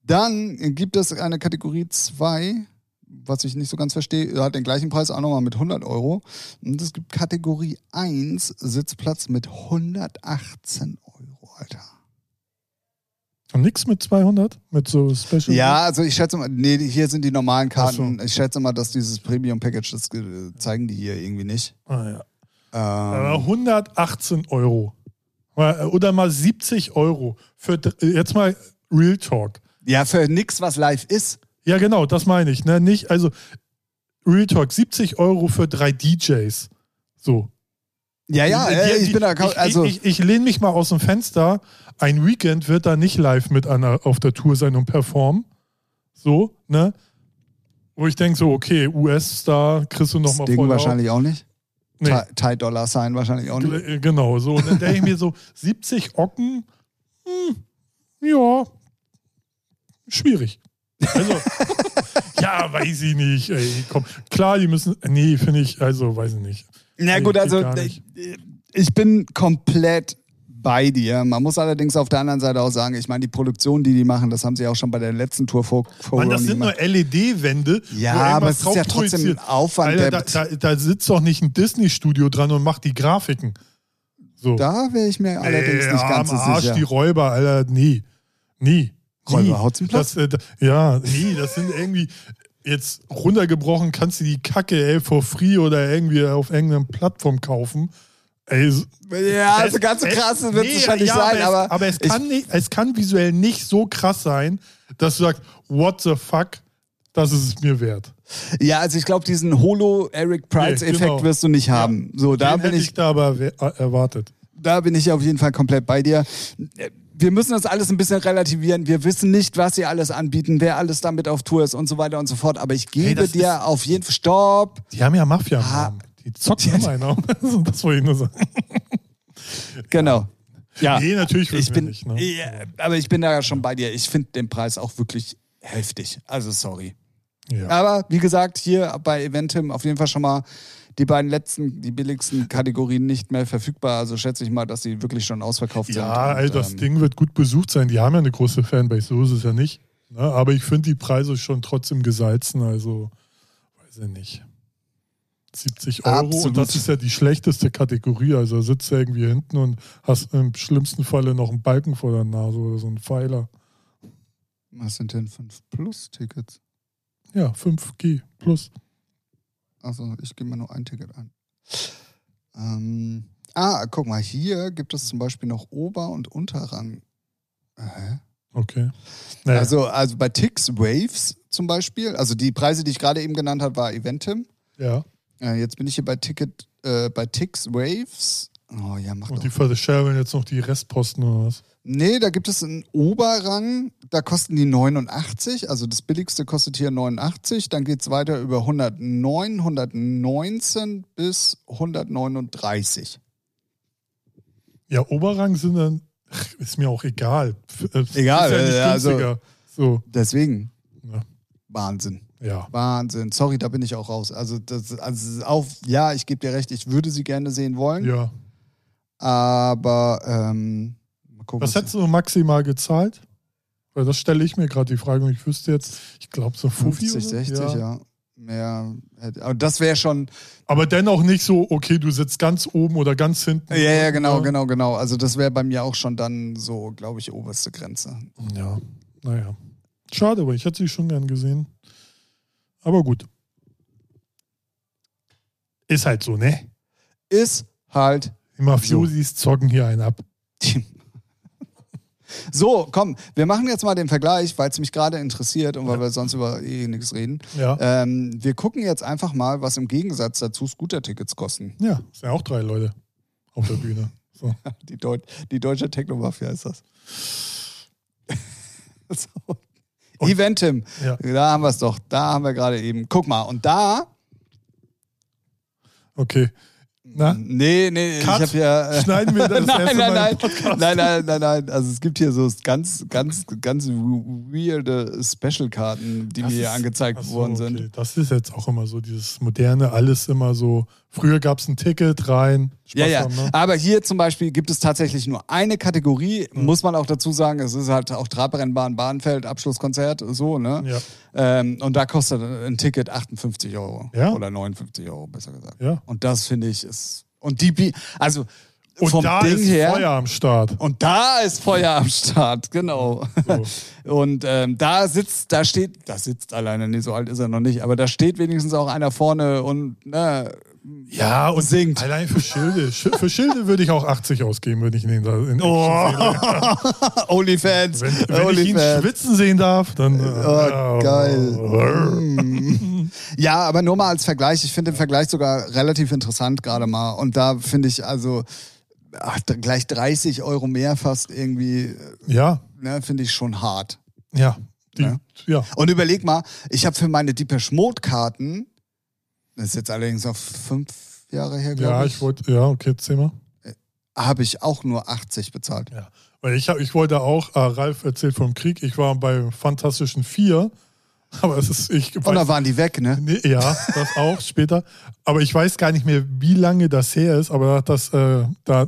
B: Dann gibt es eine Kategorie 2, was ich nicht so ganz verstehe, hat den gleichen Preis auch nochmal mit 100 Euro. Und es gibt Kategorie 1, Sitzplatz mit 118 Euro, Alter.
A: Und nix mit 200? Mit so Special?
B: Ja, also ich schätze mal, nee, hier sind die normalen Karten.
A: Ach
B: Ich schätze mal, dass dieses Premium Package, das äh, zeigen die hier irgendwie nicht.
A: Ah, ja. Aber
B: Ähm,
A: 118 Euro. Mal- äh, Oder mal 70 Euro. Für, dr- äh, jetzt mal Real Talk.
B: ja, für nix, was live ist.
A: Ja, genau, das meine ich. Ne? Nicht, also Real Talk, 70 Euro für drei DJs. So.
B: Ja, ja,
A: Die-
B: äh,
A: die-
B: ich bin da, kaum-
A: ich-
B: also
A: ich, ich, ich lehne mich mal aus dem Fenster. Ein Weekend wird da nicht live mit an, der- auf der Tour sein und performen. So, ne? Wo ich denke so, okay, US-Star kriegst du
B: das
A: nochmal
B: Ding wahrscheinlich auch nicht.
A: Nee.
B: Thai- Thai Dollar Sign wahrscheinlich auch nicht.
A: Gl- äh, Genau, so. Und dann denke ich mir so, 70 Ocken, hm, ja, schwierig. Also, ja, weiß ich nicht. Ey, komm. Klar, die müssen, nee, finde ich, also, weiß ich nicht.
B: Na
A: Nee,
B: gut,
A: geht
B: also
A: gar
B: äh,
A: nicht.
B: ich bin komplett bei dir. Man muss allerdings auf der anderen Seite auch sagen, ich meine, die Produktion, die die machen, das haben sie auch schon bei der letzten Tour vor, vor
A: Mann, das
B: Ronnie
A: sind nur
B: gemacht.
A: LED-Wände.
B: Ja,
A: wo
B: aber
A: irgendwas
B: es ist ja
A: drauf
B: trotzdem ein
A: projiziert.
B: Aufwand.
A: Alter,
B: der,
A: da, da, da sitzt doch nicht ein Disney-Studio dran und macht die Grafiken. So.
B: Da wäre ich mir allerdings
A: Ey,
B: nicht
A: am
B: ganz so
A: Arsch,
B: sicher.
A: die Räuber, Alter, nie. Nie.
B: Räuber
A: nie.
B: haut's im Platz?
A: Das, äh, da- ja, nie, das sind irgendwie, jetzt runtergebrochen kannst du die Kacke, ey, for free oder irgendwie auf irgendeiner Plattform kaufen. Ey, so-
B: Ja, also ganz so
A: es-
B: krass wird es
A: nee,
B: wahrscheinlich
A: ja, aber
B: sein,
A: es,
B: aber,
A: aber es,
B: ich-
A: kann nicht, es kann visuell nicht so krass sein, dass du sagst, what the fuck, das ist es mir wert.
B: ja, also ich glaube, diesen Holo-Eric Price-Effekt
A: Nee, genau.
B: wirst du nicht haben. So, da
A: Den
B: bin
A: hätte
B: ich,
A: ich da aber we- äh, erwartet.
B: da bin ich auf jeden Fall komplett bei dir. Wir müssen das alles ein bisschen relativieren. Wir wissen nicht, was sie alles anbieten, wer alles damit auf Tour ist und so weiter und so fort. Aber ich gebe
A: das ist-
B: dir auf jeden Fall. Stopp!
A: Die haben ja Mafia im
B: Ah.
A: Namen. Die zocken immer einen auf. Das wollte ich nur sagen.
B: Genau. Ja.
A: Nee, natürlich wissen
B: ich
A: wir
B: bin, eh
A: nicht, ne?
B: ja, aber ich bin da schon bei dir. Ich finde den Preis auch wirklich heftig. Also sorry.
A: Ja.
B: Aber wie gesagt, hier bei Eventim auf jeden Fall schon mal die beiden letzten, die billigsten Kategorien nicht mehr verfügbar. Also schätze ich mal, dass sie wirklich schon ausverkauft sind.
A: Ja,
B: Und,
A: ey, das
B: ähm,
A: Ding wird gut besucht sein. Die haben ja eine große Fanbase, so ist es ja nicht. Ne? Aber ich finde die Preise schon trotzdem gesalzen, also weiß ich nicht. 70 Euro
B: Absolut.
A: und das ist ja die schlechteste Kategorie. Also sitzt du irgendwie hinten und hast im schlimmsten Falle noch einen Balken vor der Nase oder so einen Pfeiler.
B: Was sind denn 5 Plus Tickets?
A: Ja, 5G plus.
B: Also ich gebe mir nur ein Ticket ein. Ähm, ah, guck mal, hier gibt es zum Beispiel noch Ober- und Unterrang. Hä?
A: Okay. Naja,
B: Also, also bei Tix Waves zum Beispiel, also die Preise, die ich gerade eben genannt habe, war Eventim.
A: ja.
B: Äh, jetzt bin ich hier bei Ticket, äh, bei Tix Waves. Oh ja, mach
A: Und
B: doch.
A: die verscherben jetzt noch die Restposten oder was?
B: Nee, da gibt es einen Oberrang, da kosten die 89, also das billigste kostet hier 89, dann geht es weiter über 109, 119 bis 139.
A: Ja, Oberrang sind dann, ach, ist mir auch egal. F- äh,
B: Egal,
A: ist ja
B: äh,
A: nicht
B: also-
A: günstiger. So,
B: Deswegen.
A: Ja.
B: Wahnsinn.
A: ja.
B: Wahnsinn. Sorry, da bin ich auch raus. Also, das, also auf, ja, ich gebe dir recht, ich würde sie gerne sehen wollen,
A: Ja.
B: aber ähm, mal gucken.
A: Was hättest du maximal gezahlt? Weil das stelle ich mir gerade die Frage und ich wüsste jetzt, ich glaube so 50,
B: 50, 60,
A: ja.
B: ja. Mehr. hätte- Aber das wäre schon.
A: Aber dennoch nicht so, okay, du sitzt ganz oben oder ganz hinten.
B: Ja, ja, genau,
A: Ja.
B: genau, genau. Also, das wäre bei mir auch schon dann so, glaube ich, oberste Grenze.
A: Ja, naja. Schade, aber ich hätte sie schon gern gesehen. Aber gut. Ist halt so, ne?
B: Ist halt
A: Die Mafiosis zocken hier einen ab.
B: So, komm, wir machen jetzt mal den Vergleich, weil es mich gerade interessiert und weil wir sonst über eh nichts reden.
A: Ja.
B: Ähm, wir gucken jetzt einfach mal, was im Gegensatz dazu Scooter-Tickets kosten.
A: Ja, sind ja auch drei Leute auf der Bühne. So.
B: Die, Deut die deutsche Technomafia ist das. so.
A: Point.
B: Eventim.
A: Ja.
B: Da haben wir es doch. Da haben wir gerade eben. Guck mal. Und da.
A: Okay. Na?
B: Nee, nee,
A: Cut.
B: ich habe ja. Äh,
A: Schneiden wir das erste
B: nein, nein,
A: Mal
B: nein,
A: im Podcast.
B: nein, nein, nein, nein. Also es gibt hier so ganz, ganz, ganz weirde Special-Karten, die
A: Das
B: mir hier
A: ist-
B: angezeigt
A: Achso,
B: worden
A: okay.
B: sind.
A: Das ist jetzt auch immer so, dieses moderne, alles immer so. Früher gab es ein Ticket rein. Spaß
B: Ja, Ah, ja.
A: haben, ne?
B: Aber hier zum Beispiel gibt es tatsächlich nur eine Kategorie,
A: Mhm.
B: muss man auch dazu sagen, es ist halt auch Trabrennbahn, Bahnfeld, Abschlusskonzert, so, ne?
A: Ja.
B: Ähm, und da kostet ein Ticket 58 Euro.
A: Ja.
B: Oder 59 Euro, besser gesagt.
A: Ja.
B: Und das finde ich ist. Und die, Bi- also
A: Und
B: vom
A: da
B: Ding
A: ist
B: her.
A: Feuer am Start.
B: Und da ist Feuer am Start, genau. Und ähm, da sitzt, da steht, da sitzt alleine, nee, so alt ist er noch nicht, aber da steht wenigstens auch einer vorne und ne,
A: Ja, und
B: singt.
A: Allein für Schilde. Sch- Für Schilde würde ich auch 80 ausgeben, wenn ich ihn da in
B: Oh,
A: Action sehe.
B: Onlyfans,
A: Wenn, wenn ich ihn
B: Onlyfans.
A: schwitzen sehen darf, dann. äh,
B: Oh, geil.
A: äh,
B: Ja, aber nur mal als Vergleich. Ich finde den Vergleich sogar relativ interessant gerade mal. Und da finde ich also ach, da gleich 30 Euro mehr fast irgendwie,
A: Ja,
B: ne, finde ich schon hart.
A: ja. Die,
B: Ja.
A: ja.
B: Und überleg mal, ich habe für meine Deepesh Mode Karten, das ist jetzt allerdings auf fünf Jahre her, glaube
A: Ja,
B: ich,
A: ich wollte. Ja, okay, Zimmer.
B: habe ich auch nur 80 bezahlt.
A: Ja. Weil ich, hab- ich wollte auch, äh, Ralf erzählt vom Krieg, ich war bei Fantastischen Vier, aber es ist, ich
B: Und da
A: weiß,
B: waren die weg, ne?
A: nee, ja, das auch später, aber ich weiß gar nicht mehr, wie lange das her ist, aber das, äh, da,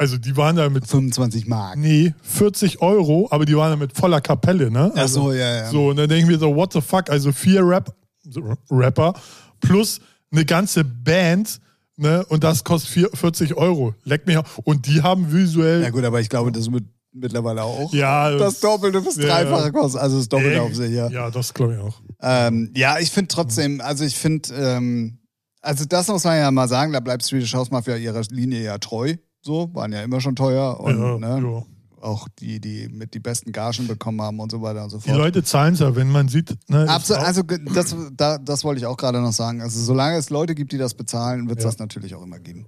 A: also die waren da mit,
B: 25 Mark.
A: nee, 40 Euro, aber die waren da mit voller Kapelle, ne?
B: Ach
A: Also,
B: so, ja, ja.
A: so, und dann denken wir so, what the fuck? Also vier Rap so, Rapper plus eine ganze Band, ne? Und das kostet vier, 40 Euro. Leck mich auf. Und die haben
B: Ja
A: visuell.
B: gut, aber ich glaube, das ist mit, mittlerweile auch.
A: Ja,
B: Das Doppelte bis
A: Ja.
B: Dreifache kostet, also das Doppelte
A: Ey,
B: auf sich, ja.
A: Ja, das glaube ich auch.
B: Ähm, ja, ich finde trotzdem, also ich finde, ähm, also das muss man ja mal sagen, da bleibt Swedish House Mafia ihrer Linie ja treu. So, waren ja immer schon teuer und
A: ja,
B: ne,
A: ja.
B: auch die, die mit die besten Gagen bekommen haben und so weiter und so
A: Die
B: fort.
A: Leute zahlen es ja, wenn man sieht. Ne, ist
B: Absolut,
A: auch-
B: also ge- das, da, das wollte ich auch gerade noch sagen. Also solange es Leute gibt, die das bezahlen, wird es
A: Ja.
B: das natürlich auch immer geben.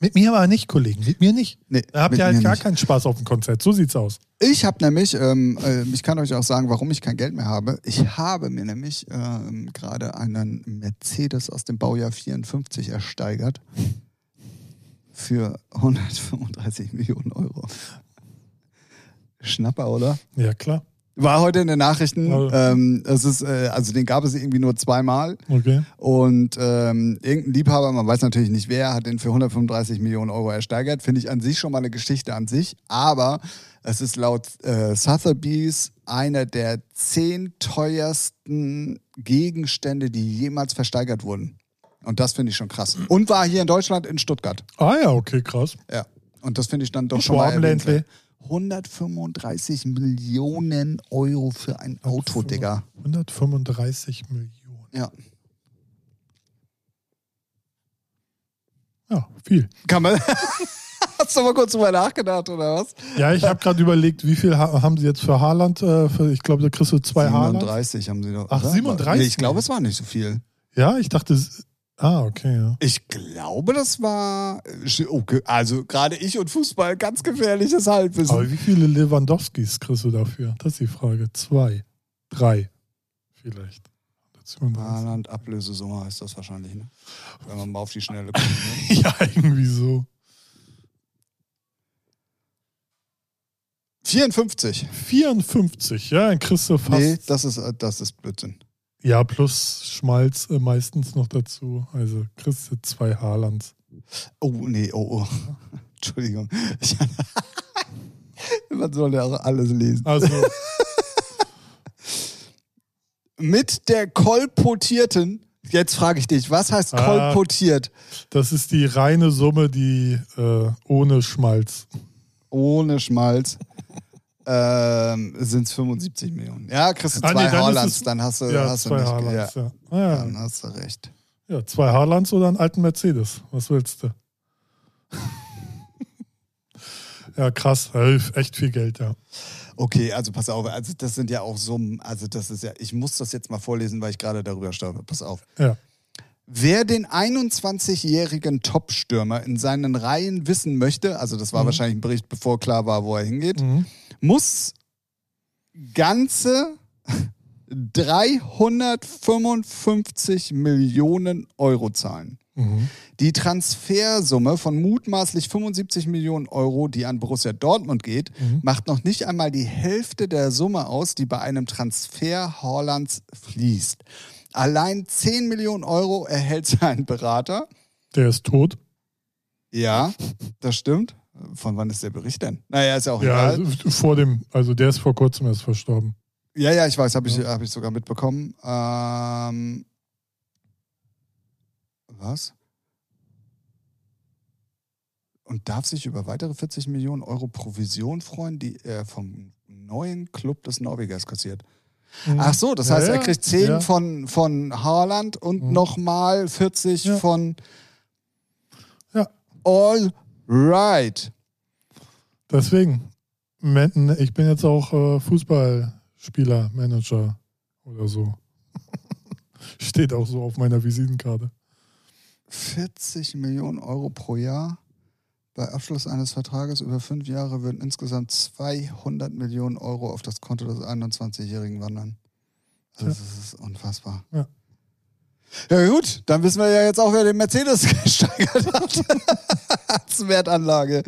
A: mit mir aber nicht, Kollegen. Mit mir nicht.
B: Nee,
A: da habt
B: mit
A: ihr
B: mir
A: halt gar
B: nicht.
A: keinen Spaß auf dem Konzert. So sieht's aus.
B: Ich habe nämlich, ähm, äh, ich kann euch auch sagen, warum ich kein Geld mehr habe. Ich habe mir nämlich ähm, gerade einen Mercedes aus dem Baujahr 54 ersteigert für 135 Millionen Euro. Schnapper, oder?
A: Ja, klar.
B: War heute in den Nachrichten.
A: Also-
B: Ähm, es ist, äh, also den gab es irgendwie nur zweimal.
A: Okay.
B: Und ähm, irgendein Liebhaber, man weiß natürlich nicht wer, hat den für 135 Millionen Euro ersteigert. Finde ich an sich schon mal eine Geschichte an sich. Aber es ist laut äh, Sotheby's einer der zehn teuersten Gegenstände, die jemals versteigert wurden. Und das finde ich schon krass. Und war hier in Deutschland in Stuttgart.
A: Ah ja, okay, krass.
B: Ja. Und das finde ich dann doch schon mal.
A: Schwabenländle.
B: erwähnenswert. 135 Millionen Euro für ein Auto, Digga.
A: 135 Millionen.
B: Ja.
A: Ja, viel.
B: Kann man. Hast du mal kurz drüber nachgedacht, oder was?
A: Ja, ich habe gerade überlegt, wie viel ha haben sie jetzt für Haaland? Äh, für, ich glaube, da kriegst du zwei Haaland.
B: 37 haben sie doch.
A: Ach,
B: oder?
A: 37?
B: Nee, ich glaube, es war nicht so viel.
A: Ja, ich dachte, s- ah, okay, ja.
B: Ich glaube, das war. Okay, also gerade ich und Fußball, ganz gefährliches Halbwissen.
A: Aber wie viele Lewandowskis kriegst du dafür? Das ist die Frage. Zwei, drei, vielleicht. 137.
B: Haaland, Ablösesumme heißt das wahrscheinlich, ne? Wenn man mal auf die Schnelle guckt. Ne?
A: Ja, irgendwie so.
B: 54.
A: 54, ja, dann kriegst du fast.
B: Nee, das ist, äh, das ist Blödsinn.
A: Ja, plus Schmalz äh, meistens noch dazu. Also kriegst du zwei Haalands.
B: Oh, nee, oh, oh. Entschuldigung. Ich- Man soll ja auch alles lesen.
A: Also,
B: Mit der kolportierten. Jetzt frage ich dich, was heißt
A: Ah.
B: kolportiert?
A: das ist die reine Summe, die äh, ohne Schmalz.
B: ohne Schmalz ähm, sind es 75 Millionen. Ja, kriegst du
A: Ah,
B: zwei
A: nee, dann ist
B: Haalands,
A: es-
B: dann hast du,
A: Ja,
B: hast du
A: zwei
B: nicht.
A: Haalands.
B: ja,
A: Ja. Ah,
B: dann
A: ja.
B: hast du recht.
A: ja, zwei Haalands oder einen alten Mercedes. Was willst du? ja, krass. Äh, Echt viel Geld, ja.
B: Okay, also pass auf, also das sind ja auch Summen, also das ist ja, ich muss das jetzt mal vorlesen, weil ich gerade darüber staune. Pass auf.
A: Ja.
B: Wer den 21-jährigen Top-Stürmer in seinen Reihen wissen möchte, also das
A: Mhm.
B: war wahrscheinlich ein Bericht, bevor klar war, wo er hingeht,
A: Mhm.
B: muss ganze 355 Millionen Euro zahlen.
A: Mhm.
B: Die Transfersumme von mutmaßlich 75 Millionen Euro, die an Borussia Dortmund geht,
A: Mhm.
B: macht noch nicht einmal die Hälfte der Summe aus, die bei einem Transfer Hollands fließt. Allein 10 Millionen Euro erhält sein Berater.
A: Der ist tot.
B: Ja, das stimmt. Von wann ist der Bericht denn? Naja, ist ja auch
A: Ja,
B: egal.
A: also vor dem, also der ist vor kurzem erst verstorben.
B: Ja, ja, ich weiß, habe ich,
A: Ja.
B: hab ich sogar mitbekommen. Ähm, was? Und darf sich über weitere 40 Millionen Euro Provision freuen, die er vom neuen Club des Norwegers kassiert.
A: Mhm.
B: Ach so, das
A: Ja,
B: heißt, er
A: ja,
B: kriegt 10
A: ja.
B: von, von Haaland und
A: Mhm.
B: nochmal 40
A: Ja.
B: von.
A: Ja.
B: All right.
A: Deswegen, Man- ich bin jetzt auch äh, Fußballspieler, Manager oder so. Steht auch so auf meiner Visitenkarte.
B: 40 Millionen Euro pro Jahr. Bei Abschluss eines Vertrages über fünf Jahre würden insgesamt 200 Millionen Euro auf das Konto des 21-Jährigen wandern. Also
A: Ja.
B: Das ist unfassbar.
A: Ja.
B: ja gut, dann wissen wir ja jetzt auch, wer den Mercedes gesteigert hat als Wertanlage.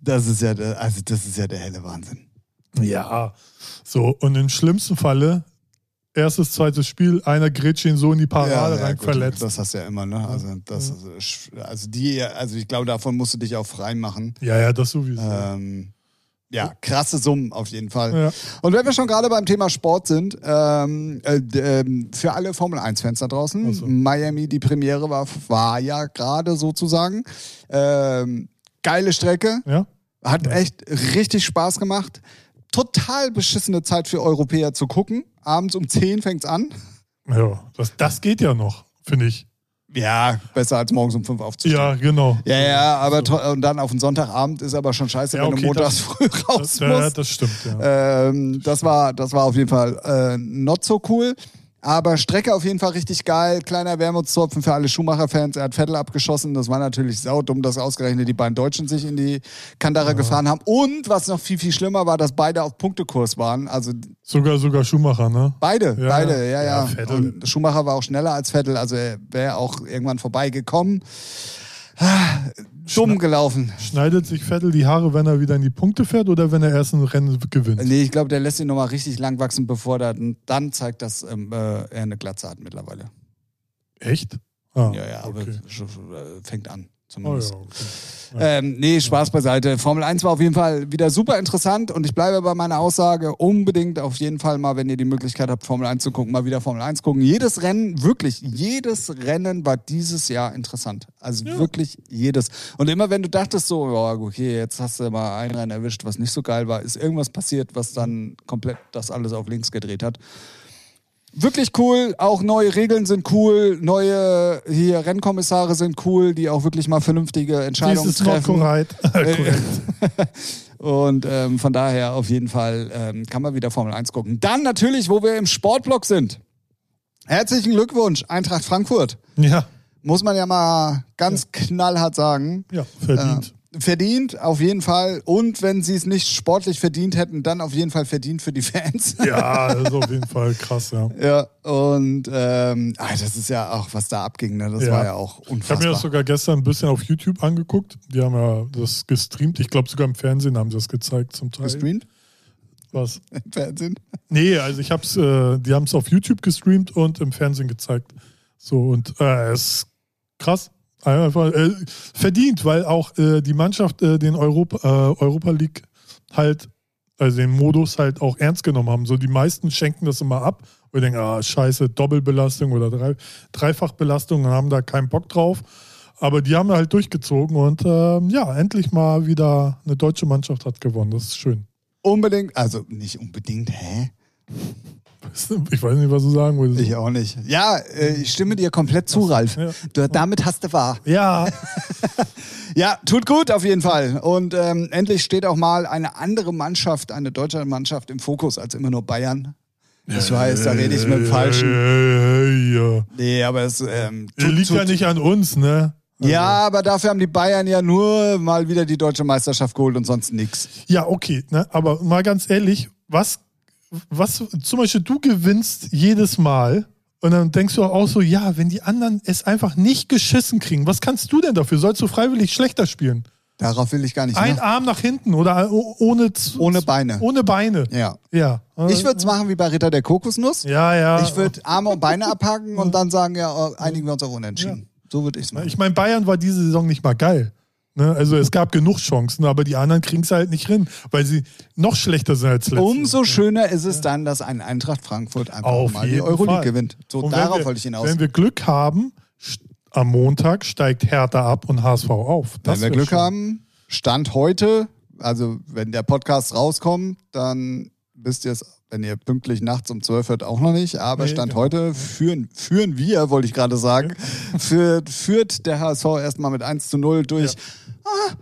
B: Das ist ja der, also das ist ja der helle Wahnsinn.
A: Ja. So, und im schlimmsten Falle, erstes, zweites Spiel, einer grätscht ihn so in die Parade rein,
B: gut,
A: verletzt.
B: Das hast du ja immer, ne? Also, das, ist- also die, also ich glaube, davon musst du dich auch freimachen.
A: ja, ja, das sowieso.
B: Ähm, ja, krasse Summen auf jeden Fall.
A: Ja.
B: Und wenn wir schon gerade beim Thema Sport sind, ähm, äh, d- ähm, für alle Formel 1-Fans da draußen,
A: Ach so.
B: Miami, die Premiere war, war ja gerade sozusagen. Ähm, geile Strecke,
A: ja.
B: hat echt richtig Spaß gemacht. Total beschissene Zeit für Europäer zu gucken. Abends um 10 fängt's an.
A: Ja, das, das geht ja noch, finde ich.
B: Ja, besser als morgens um 5 aufzustehen.
A: Ja, genau.
B: Ja, ja, aber to- und dann auf den Sonntagabend ist aber schon scheiße,
A: Ja,
B: wenn du
A: okay,
B: montags
A: das-
B: früh raus
A: Das, äh,
B: musst.
A: ja, das stimmt, ja.
B: Ähm, das, war, das war auf jeden Fall äh, not so cool. Aber Strecke auf jeden Fall richtig geil. Kleiner Wermutstropfen für alle Schumacher-Fans. Er hat Vettel abgeschossen. Das war natürlich saudumm, dass ausgerechnet die beiden Deutschen sich in die Kandare gefahren haben. Und was noch viel, viel schlimmer war, dass beide auf Punktekurs waren. Also
A: sogar, sogar Schumacher, ne?
B: beide,
A: Ja,
B: beide, ja, ja.
A: ja, Vettel.
B: Und Schumacher war auch schneller als Vettel. Also er wäre auch irgendwann vorbeigekommen. Ah, dumm gelaufen.
A: Schneidet sich Vettel die Haare, wenn er wieder in die Punkte fährt oder wenn er erst ein Rennen gewinnt?
B: Nee, ich glaube, der lässt ihn nochmal richtig lang wachsen, bevor der, dann zeigt, dass ähm, äh, er eine Glatze hat mittlerweile.
A: Echt? Ah,
B: Ja, ja, aber
A: okay.
B: sch- sch- äh, fängt an.
A: Oh,
B: Zumindest.
A: ja, okay.
B: ähm, nee, Spaß beiseite. Formel 1 war auf jeden Fall wieder super interessant und ich bleibe bei meiner Aussage. Unbedingt auf jeden Fall mal, wenn ihr die Möglichkeit habt, Formel 1 zu gucken, mal wieder Formel 1 gucken. Jedes Rennen, wirklich, jedes Rennen war dieses Jahr interessant. Also wirklich jedes. Und immer wenn du dachtest so, ja, okay, jetzt hast du mal ein Rennen erwischt, was nicht so geil war, ist irgendwas passiert, was dann komplett das alles auf links gedreht hat. Wirklich cool, auch neue Regeln sind cool, neue hier Rennkommissare sind cool, die auch wirklich mal vernünftige Entscheidungen
A: Dies ist noch
B: treffen.
A: korrekt. Äh, korrekt.
B: Und ähm, von daher auf jeden Fall ähm, kann man wieder Formel 1 gucken. Dann natürlich, wo wir im Sportblock sind. Herzlichen Glückwunsch, Eintracht Frankfurt.
A: Ja,
B: Muss man ja mal ganz knallhart sagen.
A: ja, verdient.
B: Äh, verdient, auf jeden Fall. Und wenn sie es nicht sportlich verdient hätten, dann auf jeden Fall verdient für die Fans.
A: Ja, das ist auf jeden Fall krass, ja.
B: Ja, und ähm, ah, das ist ja auch, was da abging, ne? das
A: Ja.
B: war ja auch
A: Ich habe mir das
B: unfassbar.
A: sogar gestern ein bisschen auf YouTube angeguckt. Die haben ja das gestreamt. Ich glaube, sogar im Fernsehen haben sie das gezeigt zum Teil.
B: Gestreamt
A: Was?
B: im Fernsehen?
A: Nee, also ich hab's, äh, die haben es auf YouTube gestreamt und im Fernsehen gezeigt. So, und äh, es ist krass. Einfach, äh, verdient, weil auch äh, die Mannschaft äh, den Europa, äh, Europa League halt, also den Modus halt auch ernst genommen haben. So, die meisten schenken das immer ab und denken, ah, scheiße, Doppelbelastung oder drei, Dreifachbelastung und haben da keinen Bock drauf. Aber die haben halt durchgezogen und ähm, ja, endlich mal wieder eine deutsche Mannschaft hat gewonnen. Das ist schön.
B: Unbedingt, also nicht unbedingt, hä?
A: Ich weiß nicht, was du sagen wolltest.
B: Ich auch nicht. Ja, äh, ich stimme dir komplett zu, Ralf.
A: Ja.
B: Du, damit hast du wahr.
A: ja.
B: Ja, tut gut auf jeden Fall. Und ähm, endlich steht auch mal eine andere Mannschaft, eine deutsche Mannschaft im Fokus als immer nur Bayern. Ich weiß, da rede ich mit dem
A: Äh,
B: Falschen.
A: Ja, ja, ja.
B: Nee, aber es ähm,
A: Der liegt ja nicht an uns, ne?
B: Ja, aber dafür haben die Bayern ja nur mal wieder die deutsche Meisterschaft geholt und sonst nichts.
A: Ja, okay, ne? aber mal ganz ehrlich, was was, zum Beispiel, du gewinnst jedes Mal und dann denkst du auch so, ja, wenn die anderen es einfach nicht geschissen kriegen, was kannst du denn dafür? Sollst du freiwillig schlechter spielen?
B: Darauf will ich gar nicht.
A: Ein
B: Ne?
A: Arm nach hinten oder o- ohne, z-
B: Ohne Beine.
A: ohne Beine.
B: Ja.
A: Ja.
B: Ich würde es machen wie bei Ritter der Kokosnuss.
A: ja, ja.
B: Ich würde Arme und Beine abhaken und dann sagen, ja, oh, einigen wir uns auf unentschieden. So würde ich es machen.
A: Ich meine, Bayern war diese Saison nicht mal geil. Ne? Also es gab genug Chancen, aber die anderen kriegen es halt nicht hin, weil sie noch schlechter sind als letztes.
B: Umso schöner ist es dann, dass ein Eintracht Frankfurt einfach
A: Auf
B: mal die
A: jeden
B: Euroleague
A: Fall.
B: gewinnt. So,
A: Und wenn
B: darauf
A: wir-
B: wollte ich hinaus.
A: Wenn wir Glück haben, st- am Montag steigt Hertha ab und HSV auf. Das
B: Wenn wir
A: wär
B: Glück
A: schön.
B: haben, Stand heute, also wenn der Podcast rauskommt, dann wisst ihr es, wenn ihr pünktlich nachts um 12 hört, auch noch nicht. Aber
A: Nee, genau.
B: Stand
A: ja.
B: heute führen, führen wir, wollte ich gerade sagen, führt, führt der HSV erstmal mit 1 zu 0 durch, ah,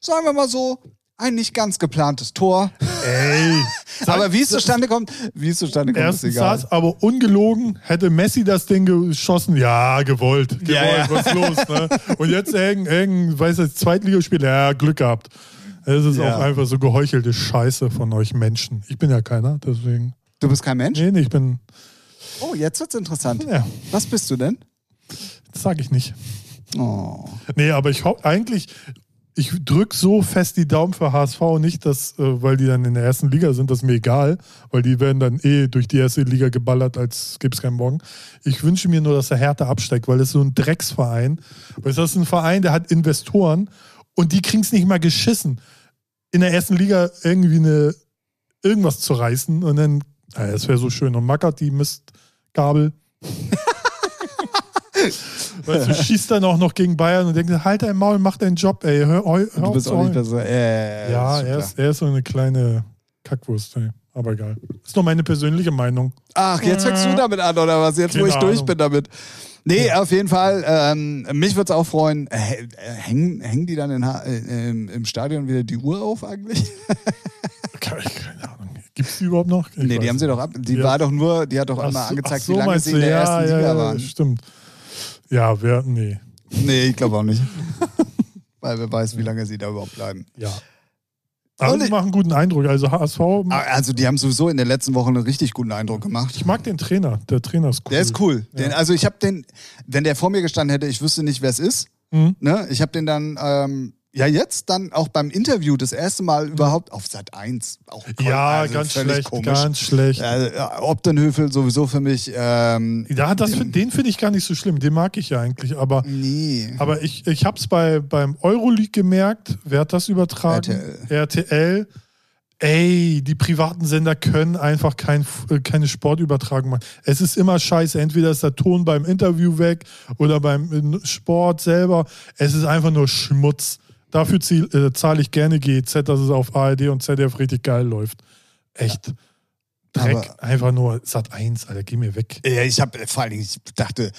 B: sagen wir mal so, ein nicht ganz geplantes Tor.
A: Ey,
B: Aber wie es zustande kommt, wie es zustande kommt, ist
A: erstens
B: egal.
A: saß, aber ungelogen, hätte Messi das Ding geschossen, ja, gewollt, gewollt,
B: Ja, ja.
A: was ist los, ne? Und jetzt irgendein, irgendein weiß ich, Zweitligaspiel, ja, Glück gehabt. Es ist
B: Ja.
A: auch einfach so geheuchelte Scheiße von euch Menschen. Ich bin ja keiner, deswegen.
B: Du bist kein Mensch?
A: Nee, nee ich bin,
B: Oh, jetzt wird's interessant.
A: ja,
B: Was bist du denn?
A: das sag ich nicht.
B: Oh.
A: Nee, aber ich hoffe eigentlich, ich drück so fest die Daumen für HSV nicht, dass, äh, weil die dann in der ersten Liga sind, das ist mir egal, weil die werden dann eh durch die erste Liga geballert, als gäbe es keinen Morgen. Ich wünsche mir nur, dass der Hertha absteigt, weil das ist so ein Drecksverein. Weil das ist ein Verein, der hat Investoren und die kriegen es nicht mal geschissen, in der ersten Liga irgendwie eine irgendwas zu reißen und dann, ja, das wäre so schön. Und Mackert, die Mistgabel. weißt du, schießt dann auch noch gegen Bayern und denkt, halt dein Maul, mach deinen Job, ey. Hör, hör, hör
B: Du
A: auf
B: bist
A: zu
B: auch nicht
A: heulen.
B: besser. Äh,
A: Ja,
B: schon
A: er
B: klar.
A: ist, er ist so eine kleine Kackwurst, ey. aber egal. Ist nur meine persönliche Meinung.
B: Ach, jetzt fängst du damit an, oder was? Jetzt, wo
A: Keine
B: ich durch
A: Ahnung.
B: bin damit. Nee, auf jeden Fall. Ähm, mich würde es auch freuen. Äh, äh, hängen, hängen die dann in, Ha- äh, im, im Stadion wieder die Uhr auf eigentlich?
A: Keine, keine Ahnung. Gibt es die überhaupt noch? Ich
B: nee, die
A: weiß
B: haben sie
A: nicht.
B: doch ab. Die
A: Ja.
B: war doch nur, die hat doch
A: Ach so-
B: einmal angezeigt,
A: ach so,
B: wie lange
A: meinst
B: sie
A: du?
B: in der
A: ja,
B: ersten
A: ja,
B: Liga
A: ja,
B: waren.
A: Stimmt. Ja, wer, nee.
B: Nee, ich glaube auch nicht. Weil wer weiß, wie lange sie da überhaupt bleiben.
A: Ja. Aber
B: Und
A: die
B: ich-
A: machen einen guten Eindruck. Also HSV,
B: Ah, Also, die haben sowieso in den letzten Wochen einen richtig guten Eindruck gemacht.
A: ich mag den Trainer. Der Trainer ist cool.
B: Der ist cool.
A: Mhm. Ja.
B: Den, also ich habe den, wenn der vor mir gestanden hätte, ich wüsste nicht, wer es ist.
A: Mhm.
B: Ne? Ich habe den dann, ähm, ja jetzt dann auch beim Interview das erste Mal überhaupt auf Sat 1. Auch
A: Mhm. Ja,
B: also
A: ganz
B: völlig
A: schlecht, ganz schlecht.
B: Äh, ja, Obdenhöfel sowieso für mich, ähm,
A: Ja, das, find- den finde ich gar nicht so schlimm. Den mag ich ja eigentlich. Aber,
B: nee.
A: Mhm. aber ich, ich habe es bei, beim Euroleague gemerkt. Wer hat das übertragen?
B: RTL.
A: RTL. Ey, die privaten Sender können einfach kein, äh, keine Sportübertragung machen. Es ist immer scheiße. Entweder ist der Ton beim Interview weg oder beim äh, Sport selber. Es ist einfach nur Schmutz. Dafür zieh- äh, zahle ich gerne GEZ, dass es auf ARD und ZDF richtig geil läuft. Echt. Dreck,
B: Aber-
A: einfach nur Sat 1, Alter, geh mir weg.
B: Ja, ich habe vor allen Dingen, ich dachte,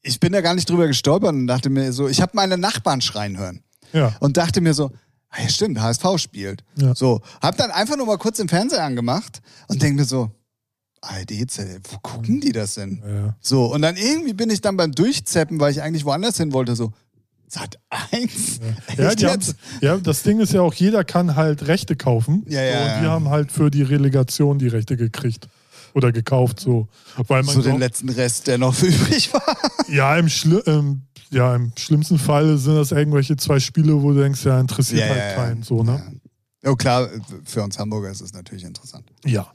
B: ich bin da gar nicht drüber gestolpert und dachte mir so, ich habe meine Nachbarn schreien hören.
A: Ja.
B: und dachte mir so, ah ja stimmt, HSV spielt.
A: Ja.
B: So, hab dann einfach nur mal kurz den Fernseher angemacht und denke mir so, ARD, ZDF, wo gucken die das denn?
A: Ja.
B: So, und dann irgendwie bin ich dann beim Durchzeppen, weil ich eigentlich woanders hin wollte, so, Sat 1?
A: Ja,
B: Echt
A: die haben,
B: jetzt?
A: ja, das Ding ist ja auch, jeder kann halt Rechte kaufen.
B: Ja, ja,
A: So, Und wir
B: ja.
A: haben halt für die Relegation die Rechte gekriegt. Oder gekauft, so. Weil man
B: So den
A: glaubt-
B: letzten Rest, der noch übrig war.
A: ja, im Schli ähm, ja, im schlimmsten Fall sind das irgendwelche zwei Spiele, wo du denkst, ja, interessiert
B: Ja,
A: halt
B: ja, ja.
A: keinen. So, ne?
B: Ja, klar, für uns Hamburger ist es natürlich interessant.
A: Ja.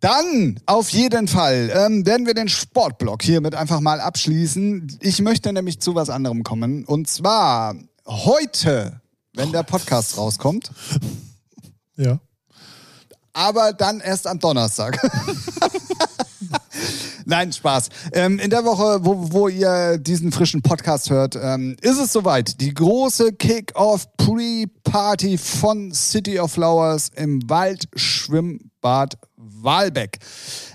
B: Dann auf jeden Fall ähm, werden wir den Sportblock hiermit einfach mal abschließen. Ich möchte nämlich zu was anderem kommen. Und zwar heute, wenn der Podcast rauskommt,
A: Ja.
B: aber dann erst am Donnerstag. Nein, Spaß. Ähm, in der Woche, wo, wo ihr diesen frischen Podcast hört, ähm, ist es soweit. Die große Kick-Off-Pre-Party von City of Flowers im Waldschwimmbad Walbeck.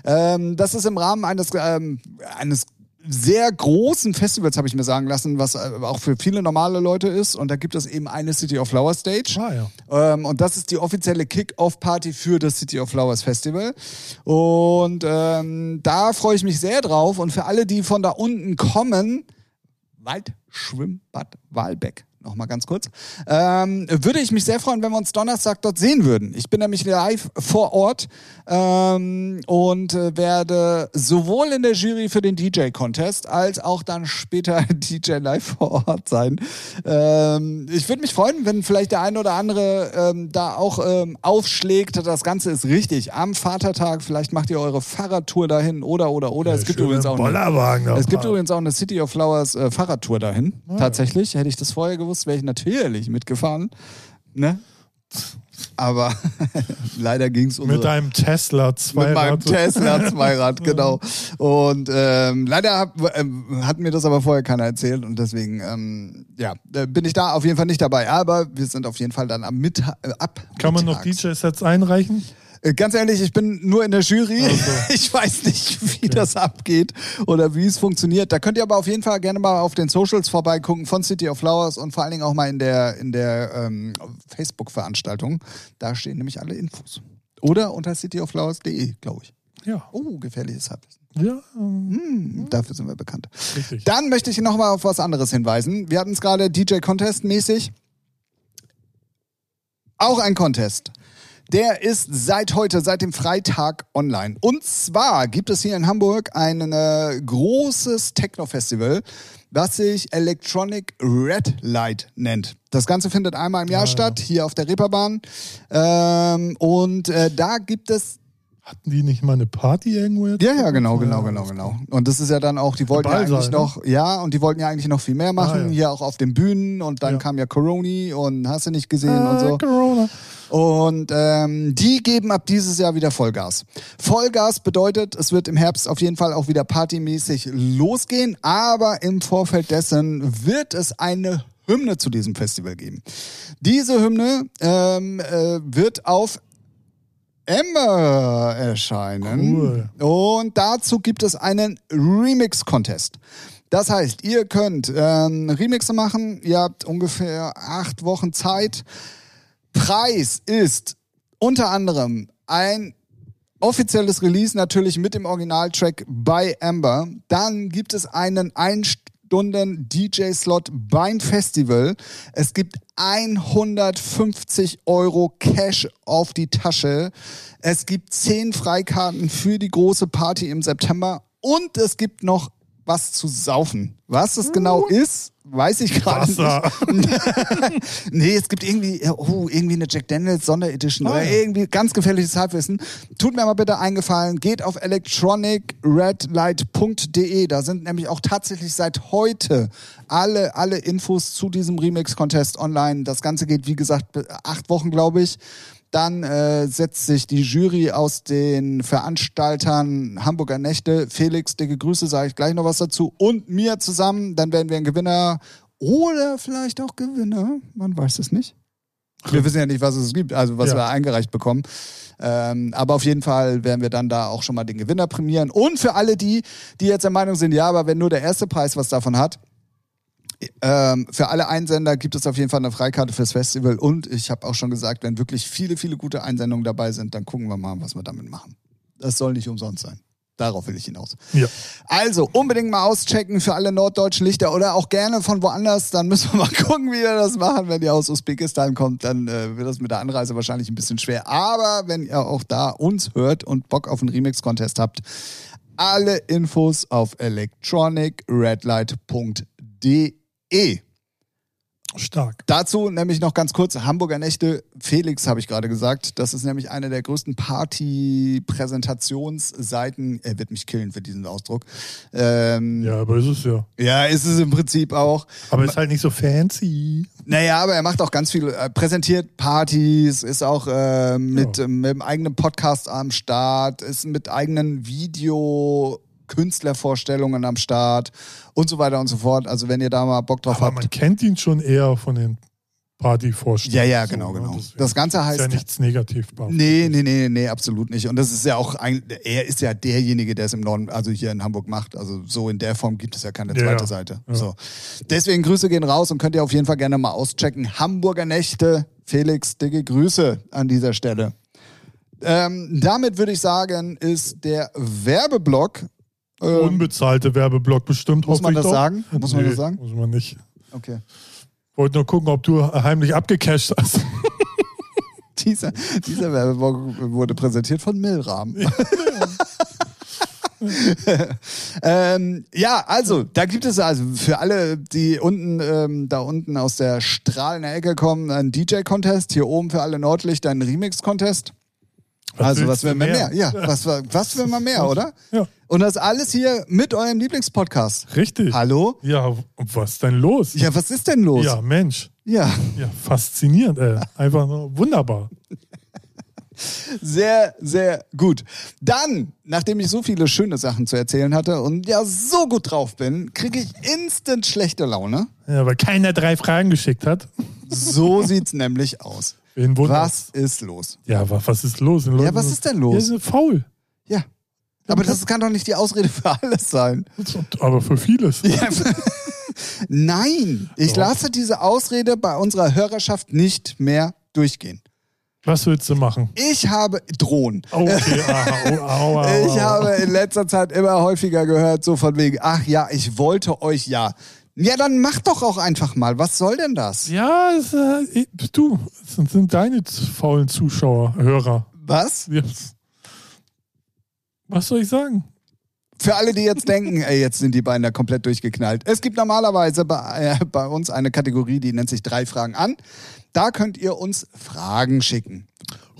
B: Ähm, das ist im Rahmen eines, ähm, eines sehr großen Festivals, habe ich mir sagen lassen, was äh, auch für viele normale Leute ist. Und da gibt es eben eine City of Flowers Stage.
A: Ah, ja.
B: Ähm, und das ist die offizielle Kick-Off-Party für das City of Flowers Festival. Und ähm, da freue ich mich sehr drauf. Und für alle, die von da unten kommen, Waldschwimmbad Walbeck. nochmal ganz kurz, ähm, würde ich mich sehr freuen, wenn wir uns Donnerstag dort sehen würden. Ich bin nämlich live vor Ort ähm, und äh, werde sowohl in der Jury für den DJ-Contest als auch dann später DJ live vor Ort sein. Ähm, ich würde mich freuen, wenn vielleicht der eine oder andere ähm, da auch ähm, aufschlägt. Das Ganze ist richtig. Am Vatertag, vielleicht macht ihr eure Fahrradtour dahin oder, oder, oder. es gibt
A: Schöne
B: übrigens auch eine-
A: Bollerwagen da
B: es gibt
A: fahren.
B: übrigens auch eine City of Flowers äh, Fahrradtour dahin.
A: Ah.
B: Tatsächlich. Hätte ich das vorher gewusst, wäre ich natürlich mitgefahren. Ne? Aber leider ging es
A: mit
B: unsere
A: deinem Tesla 2
B: mit meinem Tesla Zweirad, genau. Und ähm, leider hab, ähm, hat mir das aber vorher keiner erzählt und deswegen ähm, ja, äh, bin ich da auf jeden Fall nicht dabei. Aber wir sind auf jeden Fall dann am Mittag äh, ab.
A: Kann man noch
B: mittags.
A: DJ-Sets einreichen?
B: Äh, Ganz ehrlich, ich bin nur in der Jury.
A: Also.
B: Ich weiß nicht, wie das abgeht oder wie es funktioniert. Da könnt ihr aber auf jeden Fall gerne mal auf den Socials vorbeigucken von City of Flowers und vor allen Dingen auch mal in der, in der ähm, Facebook-Veranstaltung. Da stehen nämlich alle Infos. Oder unter cityoflowers.de, glaube ich.
A: Ja.
B: Oh, gefährliches Halbwissen.
A: Ja, ähm,
B: Hm, dafür sind wir bekannt.
A: richtig.
B: Dann möchte ich nochmal auf was anderes hinweisen. Wir hatten es gerade DJ-Contest-mäßig. Auch ein Contest. Der ist seit heute, seit dem Freitag online. Und zwar gibt es hier in Hamburg ein äh, großes Techno-Festival, was sich Electronic Red Light nennt. Das Ganze findet einmal im Jahr statt, hier auf der Reeperbahn. Ähm, und äh, da gibt es.
A: Hatten die nicht mal eine Party irgendwo jetzt?
B: Ja, ja, genau, genau, genau, genau. Und das ist ja dann auch, die wollten ja
A: Ballsaal,
B: eigentlich
A: ne?
B: noch, ja, und die wollten ja eigentlich noch viel mehr machen,
A: Ah, ja.
B: hier auch auf den Bühnen und dann
A: Ja.
B: kam ja Coroni und hast du nicht gesehen und so.
A: Ah, Corona.
B: Und ähm, die geben ab dieses Jahr wieder Vollgas. Vollgas bedeutet, es wird im Herbst auf jeden Fall auch wieder partymäßig losgehen, aber im Vorfeld dessen wird es eine Hymne zu diesem Festival geben. Diese Hymne ähm, äh, wird auf Emma erscheinen. Und dazu gibt es einen Remix-Contest. Das heißt, ihr könnt ähm, Remixe machen, ihr habt ungefähr acht Wochen Zeit. Preis ist unter anderem ein offizielles Release natürlich mit dem Originaltrack bei Amber. Dann gibt es einen 1 Stunden DJ-Slot beim Festival. Es gibt 150 Euro Cash auf die Tasche. Es gibt 10 Freikarten für die große Party im September. Und es gibt noch was zu saufen. Was es genau ist, weiß ich gerade nicht.
A: Wasser.
B: Nee, es gibt irgendwie, oh, irgendwie eine Jack Daniels Sonderedition
A: Ah,
B: oder
A: ja.
B: irgendwie ganz gefährliches Halbwissen. Tut mir mal bitte einen Gefallen, geht auf electronicredlight.de. Da sind nämlich auch tatsächlich seit heute alle, alle Infos zu diesem Remix-Contest online. Das Ganze geht, wie gesagt, be- acht Wochen, glaube ich. Dann äh, setzt sich die Jury aus den Veranstaltern Hamburger Nächte. Felix, dicke Grüße, sage ich gleich noch was dazu. Und mir zusammen. Dann werden wir einen Gewinner oder vielleicht auch Gewinner. Man weiß es nicht. Wir wissen ja nicht, was es gibt, also was
A: Ja.
B: wir eingereicht bekommen. Ähm, aber auf jeden Fall werden wir dann da auch schon mal den Gewinner prämieren. Und für alle die, die jetzt der Meinung sind, ja, aber wenn nur der erste Preis was davon hat, ähm, für alle Einsender gibt es auf jeden Fall eine Freikarte fürs Festival. Und ich habe auch schon gesagt, wenn wirklich viele, viele gute Einsendungen dabei sind, dann gucken wir mal, was wir damit machen. Das soll nicht umsonst sein. Darauf will ich hinaus.
A: Ja.
B: Also unbedingt mal auschecken für alle norddeutschen Lichter oder auch gerne von woanders. Dann müssen wir mal gucken, wie wir das machen. Wenn ihr aus Usbekistan kommt, dann äh, wird das mit der Anreise wahrscheinlich ein bisschen schwer. Aber wenn ihr auch da uns hört und Bock auf einen Remix-Contest habt, alle Infos auf electronicredlight.de.
A: Stark.
B: Dazu nämlich noch ganz kurz, Hamburger Nächte, Felix habe ich gerade gesagt, das ist nämlich eine der größten Party-Präsentationsseiten, er wird mich killen für diesen Ausdruck. Ähm, ja.
A: Ja, aber ist es ja.
B: ist es im Prinzip auch.
A: Aber ist halt nicht so fancy.
B: Naja, aber er macht auch ganz viel, äh, präsentiert Partys, ist auch äh, mit,
A: Ja.
B: ähm, mit einem eigenen Podcast am Start, ist mit eigenen Video... Künstlervorstellungen am Start und so weiter und so fort. Also wenn ihr da mal Bock drauf
A: Aber
B: habt.
A: man kennt ihn schon eher von den
B: Ja,
A: Partyvorstellungen.
B: ja,
A: So,
B: genau,
A: ne?
B: genau.
A: Deswegen
B: Das Ganze
A: ist ja
B: heißt
A: nichts negativ bei uns.
B: Nee, nee, nee, nee, absolut nicht. Und das ist ja auch, ein, er ist ja derjenige, der es im Norden, also hier in Hamburg macht. Also so in der Form gibt es ja keine
A: Ja,
B: zweite
A: ja.
B: Seite.
A: Ja.
B: So. Deswegen Grüße gehen raus und könnt ihr auf jeden Fall gerne mal auschecken. Hamburger Nächte, Felix, dicke Grüße an dieser Stelle. Ähm, damit würde ich sagen, ist der Werbeblock. Ähm,
A: Unbezahlte Werbeblock bestimmt.
B: Muss
A: hoffe
B: man
A: ich
B: das
A: doch.
B: sagen? Muss man
A: Nee,
B: das sagen?
A: Muss man nicht.
B: okay.
A: Wollte nur gucken, ob du heimlich abgecasht hast.
B: Dieser, dieser Werbeblock wurde präsentiert von Milram. ähm, ja, also, da gibt es also für alle, die unten, ähm, da unten aus der strahlenden Ecke kommen, einen DJ-Contest. Hier oben für alle nördlich einen Remix-Contest. also, was
A: willst
B: will
A: du
B: man mehr?
A: mehr?
B: Ja, was, was will man mehr, oder?
A: Ja.
B: Und das alles hier mit eurem Lieblingspodcast.
A: Richtig.
B: Hallo?
A: Ja, und was ist denn los?
B: Ja, was ist denn los?
A: Ja, Mensch.
B: ja.
A: Ja, faszinierend, ey. Einfach nur wunderbar.
B: Sehr, sehr gut. Dann, nachdem ich so viele schöne Sachen zu erzählen hatte und ja so gut drauf bin, kriege ich instant schlechte Laune.
A: Ja, weil keiner drei Fragen geschickt hat.
B: So sieht's nämlich aus.
A: Wen wundert's?
B: Was ist los?
A: Ja, wa- was ist los? Den Leuten-
B: was ist denn los?
A: Ja, sie sind faul.
B: Ja. Aber das kann doch nicht die Ausrede für alles sein.
A: Aber für vieles.
B: Ja. Nein, ich
A: Doch.
B: lasse diese Ausrede bei unserer Hörerschaft nicht mehr durchgehen.
A: Was willst du machen? Oh,
B: Ich habe Drohnen.
A: Okay, aha, au, au, au, au.
B: Ich habe in letzter Zeit immer häufiger gehört, so von wegen, ach ja, ich wollte euch ja. Ja, dann macht doch auch einfach mal. Was soll denn das?
A: Ja, es, äh, du, es sind, sind deine z- faulen Zuschauer, Hörer.
B: Was?
A: Ja. Was soll ich sagen?
B: Für alle, die jetzt denken, ey, jetzt sind die beiden da komplett durchgeknallt. Es gibt normalerweise bei, äh, bei uns eine Kategorie, die nennt sich drei Fragen an. Da könnt ihr uns Fragen schicken.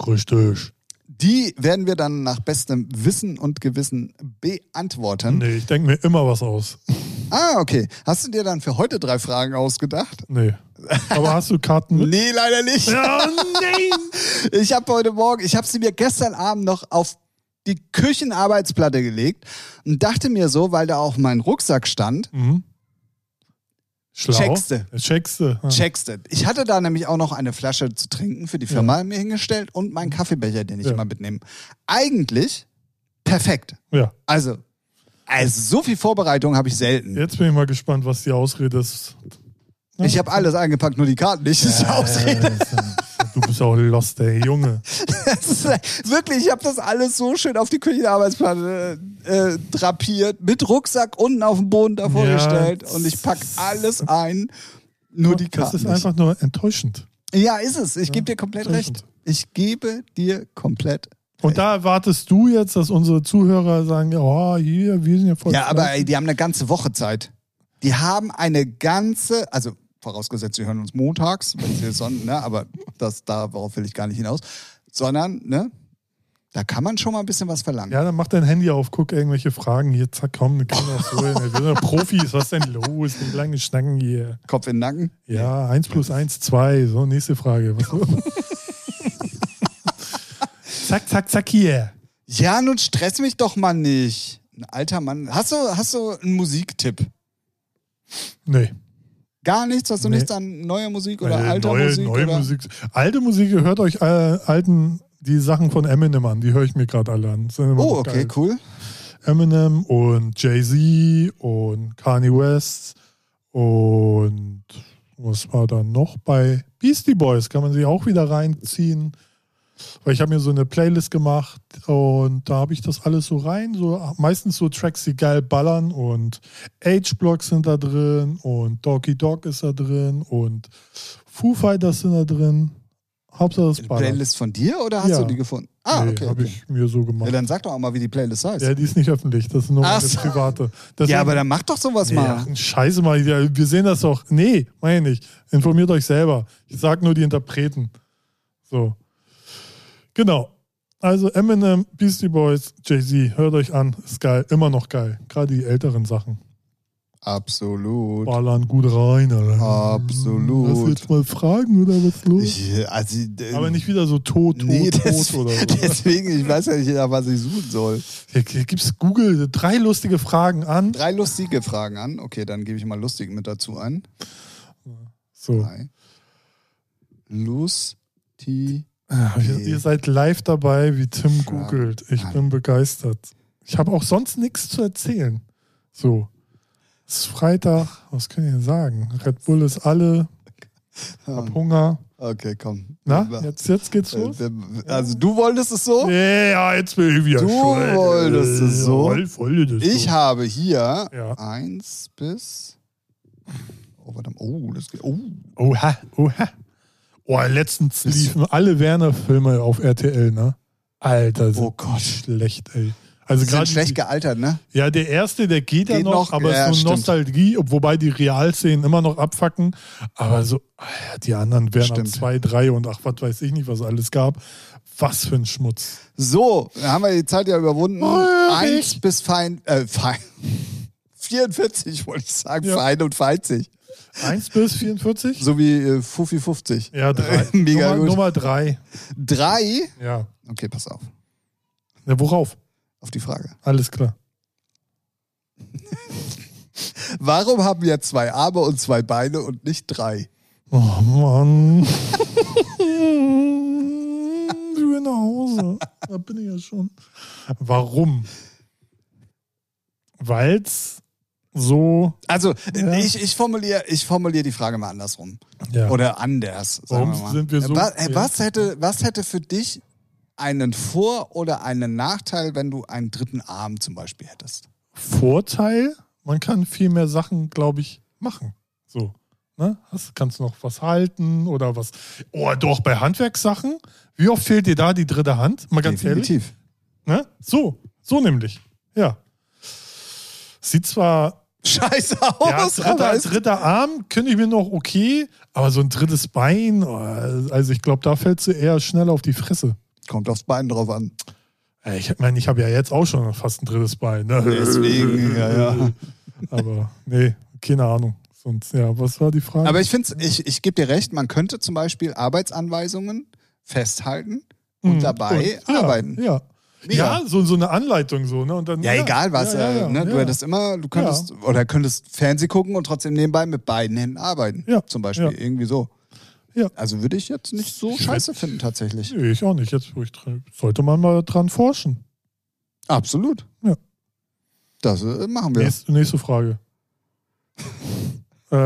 A: Richtig.
B: Die werden wir dann nach bestem Wissen und Gewissen beantworten.
A: Nee, ich denke mir immer was aus.
B: Ah, okay. Hast du dir dann für heute drei Fragen ausgedacht?
A: Nee. Aber hast du Karten mit?
B: Nee, leider nicht.
A: Ja, nein!
B: Ich habe heute Morgen, ich habe sie mir gestern Abend noch auf die Küchenarbeitsplatte gelegt und dachte mir so, weil da auch mein Rucksack stand,
A: Mhm. Schlau.
B: Checkste.
A: Checkste. Ja.
B: checkste. Ich hatte da nämlich auch noch eine Flasche zu trinken für die Firma mir hingestellt und meinen Kaffeebecher, den ich
A: Ja.
B: immer mitnehme. Eigentlich perfekt.
A: ja.
B: Also, also so viel Vorbereitung habe ich selten.
A: Jetzt bin ich mal gespannt, was die Ausrede ist. Ja.
B: Ich habe alles eingepackt, nur die Karten nicht. Das ist ja Ausrede.
A: Du bist auch lost, ey, Junge.
B: Das ist, wirklich, ich habe das alles so schön auf die Küchenarbeitsplatte äh, drapiert, mit Rucksack unten auf dem Boden davor
A: Ja.
B: gestellt und ich pack alles ein, nur die
A: Das
B: Karten.
A: ist einfach nur enttäuschend.
B: nicht. ja, ist es. Ich gebe dir komplett
A: Enttäuschend.
B: recht. Ich gebe dir komplett.
A: Und da erwartest du jetzt, dass unsere Zuhörer sagen, ja, oh, hier, wir sind ja voll.
B: Ja, aber
A: fleißig.
B: ey, die haben eine ganze Woche Zeit. Die haben eine ganze, also vorausgesetzt, sie hören uns montags, wenn sie son, ne, aber das darauf will ich gar nicht hinaus, sondern ne, da kann man schon mal ein bisschen was verlangen.
A: Ja, dann mach dein Handy auf, guck irgendwelche Fragen hier, zack, komm, wir können auch so. hin. Wir sind ja Profis, was denn los? Wie lange schnacken hier?
B: Kopf in den Nacken.
A: Ja, 1 plus 1, 2. So, nächste Frage. Was- zack, zack, zack hier.
B: Ja, nun stress mich doch mal nicht. Ein alter Mann. Hast du, hast du einen Musiktipp?
A: Nee.
B: Gar nichts? Hast du
A: Nee.
B: nichts an neuer Musik oder
A: Äh,
B: alter
A: neue,
B: Musik?
A: neue
B: oder?
A: Musik. Alte Musik, hört euch äh, alten, die Sachen von Eminem an, die höre ich mir gerade alle an. Sind immer
B: Oh,
A: noch
B: okay,
A: geil.
B: cool.
A: Eminem und Jay-Z und Kanye West und was war da noch bei Beastie Boys? Kann man sie auch wieder reinziehen? Weil ich habe mir so eine Playlist gemacht und da habe ich das alles so rein. So, meistens so Tracks, die geil ballern und H-Blocks sind da drin und Doggy Dog ist da drin und Foo Fighters sind da drin. Hauptsache das ballert.
B: Playlist von dir oder hast
A: Ja.
B: du die gefunden? Ah,
A: nee,
B: okay.
A: habe
B: okay.
A: ich mir so
B: Ja,
A: gemacht.
B: dann sag doch auch mal, wie die Playlist heißt.
A: Ja, die ist nicht öffentlich, das ist nur
B: Ach
A: eine
B: so.
A: private.
B: Ja,
A: Deswegen-
B: aber dann mach doch sowas
A: ja,
B: mal.
A: Scheiße mal, ja, wir sehen das doch. Nee, meine ich nicht. Informiert euch selber. Ich sag nur die Interpreten. So. Genau. Also Eminem, Beastie Boys, Jay-Z, hört euch an. Ist geil, immer noch geil. Gerade die älteren Sachen.
B: Absolut.
A: Ballern gut rein, Alter.
B: Absolut.
A: Hast du jetzt mal Fragen oder was ist los?
B: Ich, also, äh,
A: aber nicht wieder so tot, tot,
B: nee,
A: tot
B: des-
A: oder so.
B: deswegen, ich weiß ja nicht, was ich suchen soll.
A: Hier, hier gibt's Google drei lustige Fragen an.
B: Drei lustige Fragen an. Okay, dann gebe ich mal lustig mit dazu ein.
A: So.
B: Drei. Lustig.
A: Ah, ihr-
B: Nee.
A: Ihr seid live dabei, wie Tim
B: Fragen.
A: googelt. Ich
B: Nein.
A: bin begeistert. Ich habe auch sonst nichts zu erzählen. So. Es ist Freitag, was kann ich denn sagen? Red Bull ist alle, hab Hunger.
B: Okay, komm.
A: Na,
B: Äh,
A: jetzt, jetzt geht's los? Oh.
B: äh, Also du wolltest es so?
A: Ja, jetzt bin ich wieder
B: Du
A: schuld.
B: wolltest es so.
A: Voll, voll, das
B: Ich
A: so.
B: habe hier
A: Ja.
B: eins bis. Oh, verdammt. Oh, das geht. Oh.
A: Also Oha, oha. Oh, letztens
B: Ist-
A: liefen alle Werner-Filme auf RTL, ne? Alter, sind
B: Oh Gott.
A: die schlecht, ey. Also
B: Sind
A: gerade
B: schlecht gealtert, ne?
A: ja, der erste, der geht, ja
B: Geht
A: noch,
B: noch,
A: aber
B: ja,
A: ist so
B: stimmt.
A: Nostalgie, ob- wobei die Realszenen immer noch abfacken. Aber so, ah ja, die anderen wären ab
B: Stimmt.
A: zwei, drei und ach, was weiß ich nicht, was alles gab. Was für ein Schmutz.
B: So, dann haben wir die Zeit ja überwunden.
A: Ulrich.
B: Eins bis fein, äh, fein. 44 wollte ich sagen,
A: Ja.
B: fein und feizig.
A: Eins bis 44?
B: So wie äh, Fufi 50.
A: Ja, drei.
B: Mega
A: Nummer,
B: gut.
A: Nummer drei.
B: Drei.
A: Ja.
B: Okay, pass auf.
A: Na, worauf?
B: Auf die Frage.
A: Alles klar.
B: Warum haben wir zwei Arme und zwei Beine und nicht drei?
A: Oh Mann. ich will nach Hause. Da bin ich ja schon. Warum? Weil's so.
B: Also,
A: Ja.
B: ich, ich formuliere ich formulier die Frage mal andersrum.
A: Ja.
B: Oder anders. Sagen
A: Warum
B: wir mal.
A: sind wir so-
B: Was, äh,
A: ja.
B: was, hätte, was hätte für dich einen Vor- oder einen Nachteil, wenn du einen dritten Arm zum Beispiel hättest?
A: Vorteil, man kann viel mehr Sachen, glaube ich, machen. So. Ne? Hast, kannst noch was halten oder was. Oh, doch, bei Handwerkssachen. Wie oft fehlt dir da die dritte Hand? Mal ganz ehrlich.
B: Definitiv.
A: Ne? So, so nämlich. Ja. Sieht zwar
B: Scheiße aus,
A: ja, dritter,
B: aber
A: als
B: es
A: dritter Arm könnte ich mir noch okay, aber so ein drittes Bein, oh, also ich glaube, da fällst du eher schnell auf die Fresse.
B: kommt aufs Bein drauf an.
A: Ey, Ich meine, ich habe ja jetzt auch schon fast ein drittes Bein. Ne?
B: Deswegen, ja, ja.
A: Aber nee, keine Ahnung. Sonst, ja, was war die Frage?
B: Aber ich finde, ich, ich gebe dir recht, man könnte zum Beispiel Arbeitsanweisungen festhalten und
A: Hm,
B: dabei
A: und, ja,
B: arbeiten.
A: Ja.
B: Mega.
A: Ja, so, so eine Anleitung so, ne? Und dann,
B: Ja, egal was.
A: ja, ja,
B: äh, ne?
A: ja.
B: Du hättest immer, du könntest oder könntest Fernseh gucken und trotzdem nebenbei mit beiden Händen arbeiten.
A: Ja,
B: Zum Beispiel.
A: ja.
B: Irgendwie so.
A: Ja.
B: Also würde ich jetzt nicht so
A: Ich
B: scheiße finden, tatsächlich.
A: Nee, ich auch nicht. Jetzt, wo ich drin, sollte man mal dran forschen.
B: Absolut.
A: Ja.
B: Das äh, machen wir.
A: Nächste, nächste Frage. äh,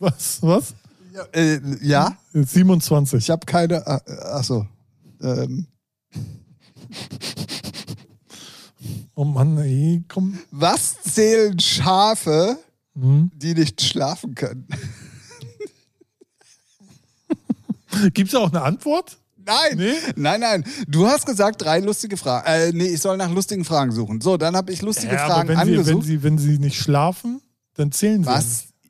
A: was? Was?
B: Ja, äh, ja?
A: Jetzt 27.
B: Ich habe keine. ah, äh, Achso. Ähm,
A: Oh Mann, ey, komm.
B: was zählen Schafe,
A: Hm.
B: die nicht schlafen können?
A: Gibt es auch eine Antwort?
B: Nein,
A: Nee?
B: nein, nein. Du hast gesagt, drei lustige Fragen. Äh, nee, ich soll nach lustigen Fragen suchen. So, dann habe ich lustige
A: Ja,
B: Fragen
A: wenn sie, wenn,
B: angesucht.
A: sie, wenn sie nicht schlafen, dann zählen sie.
B: Was?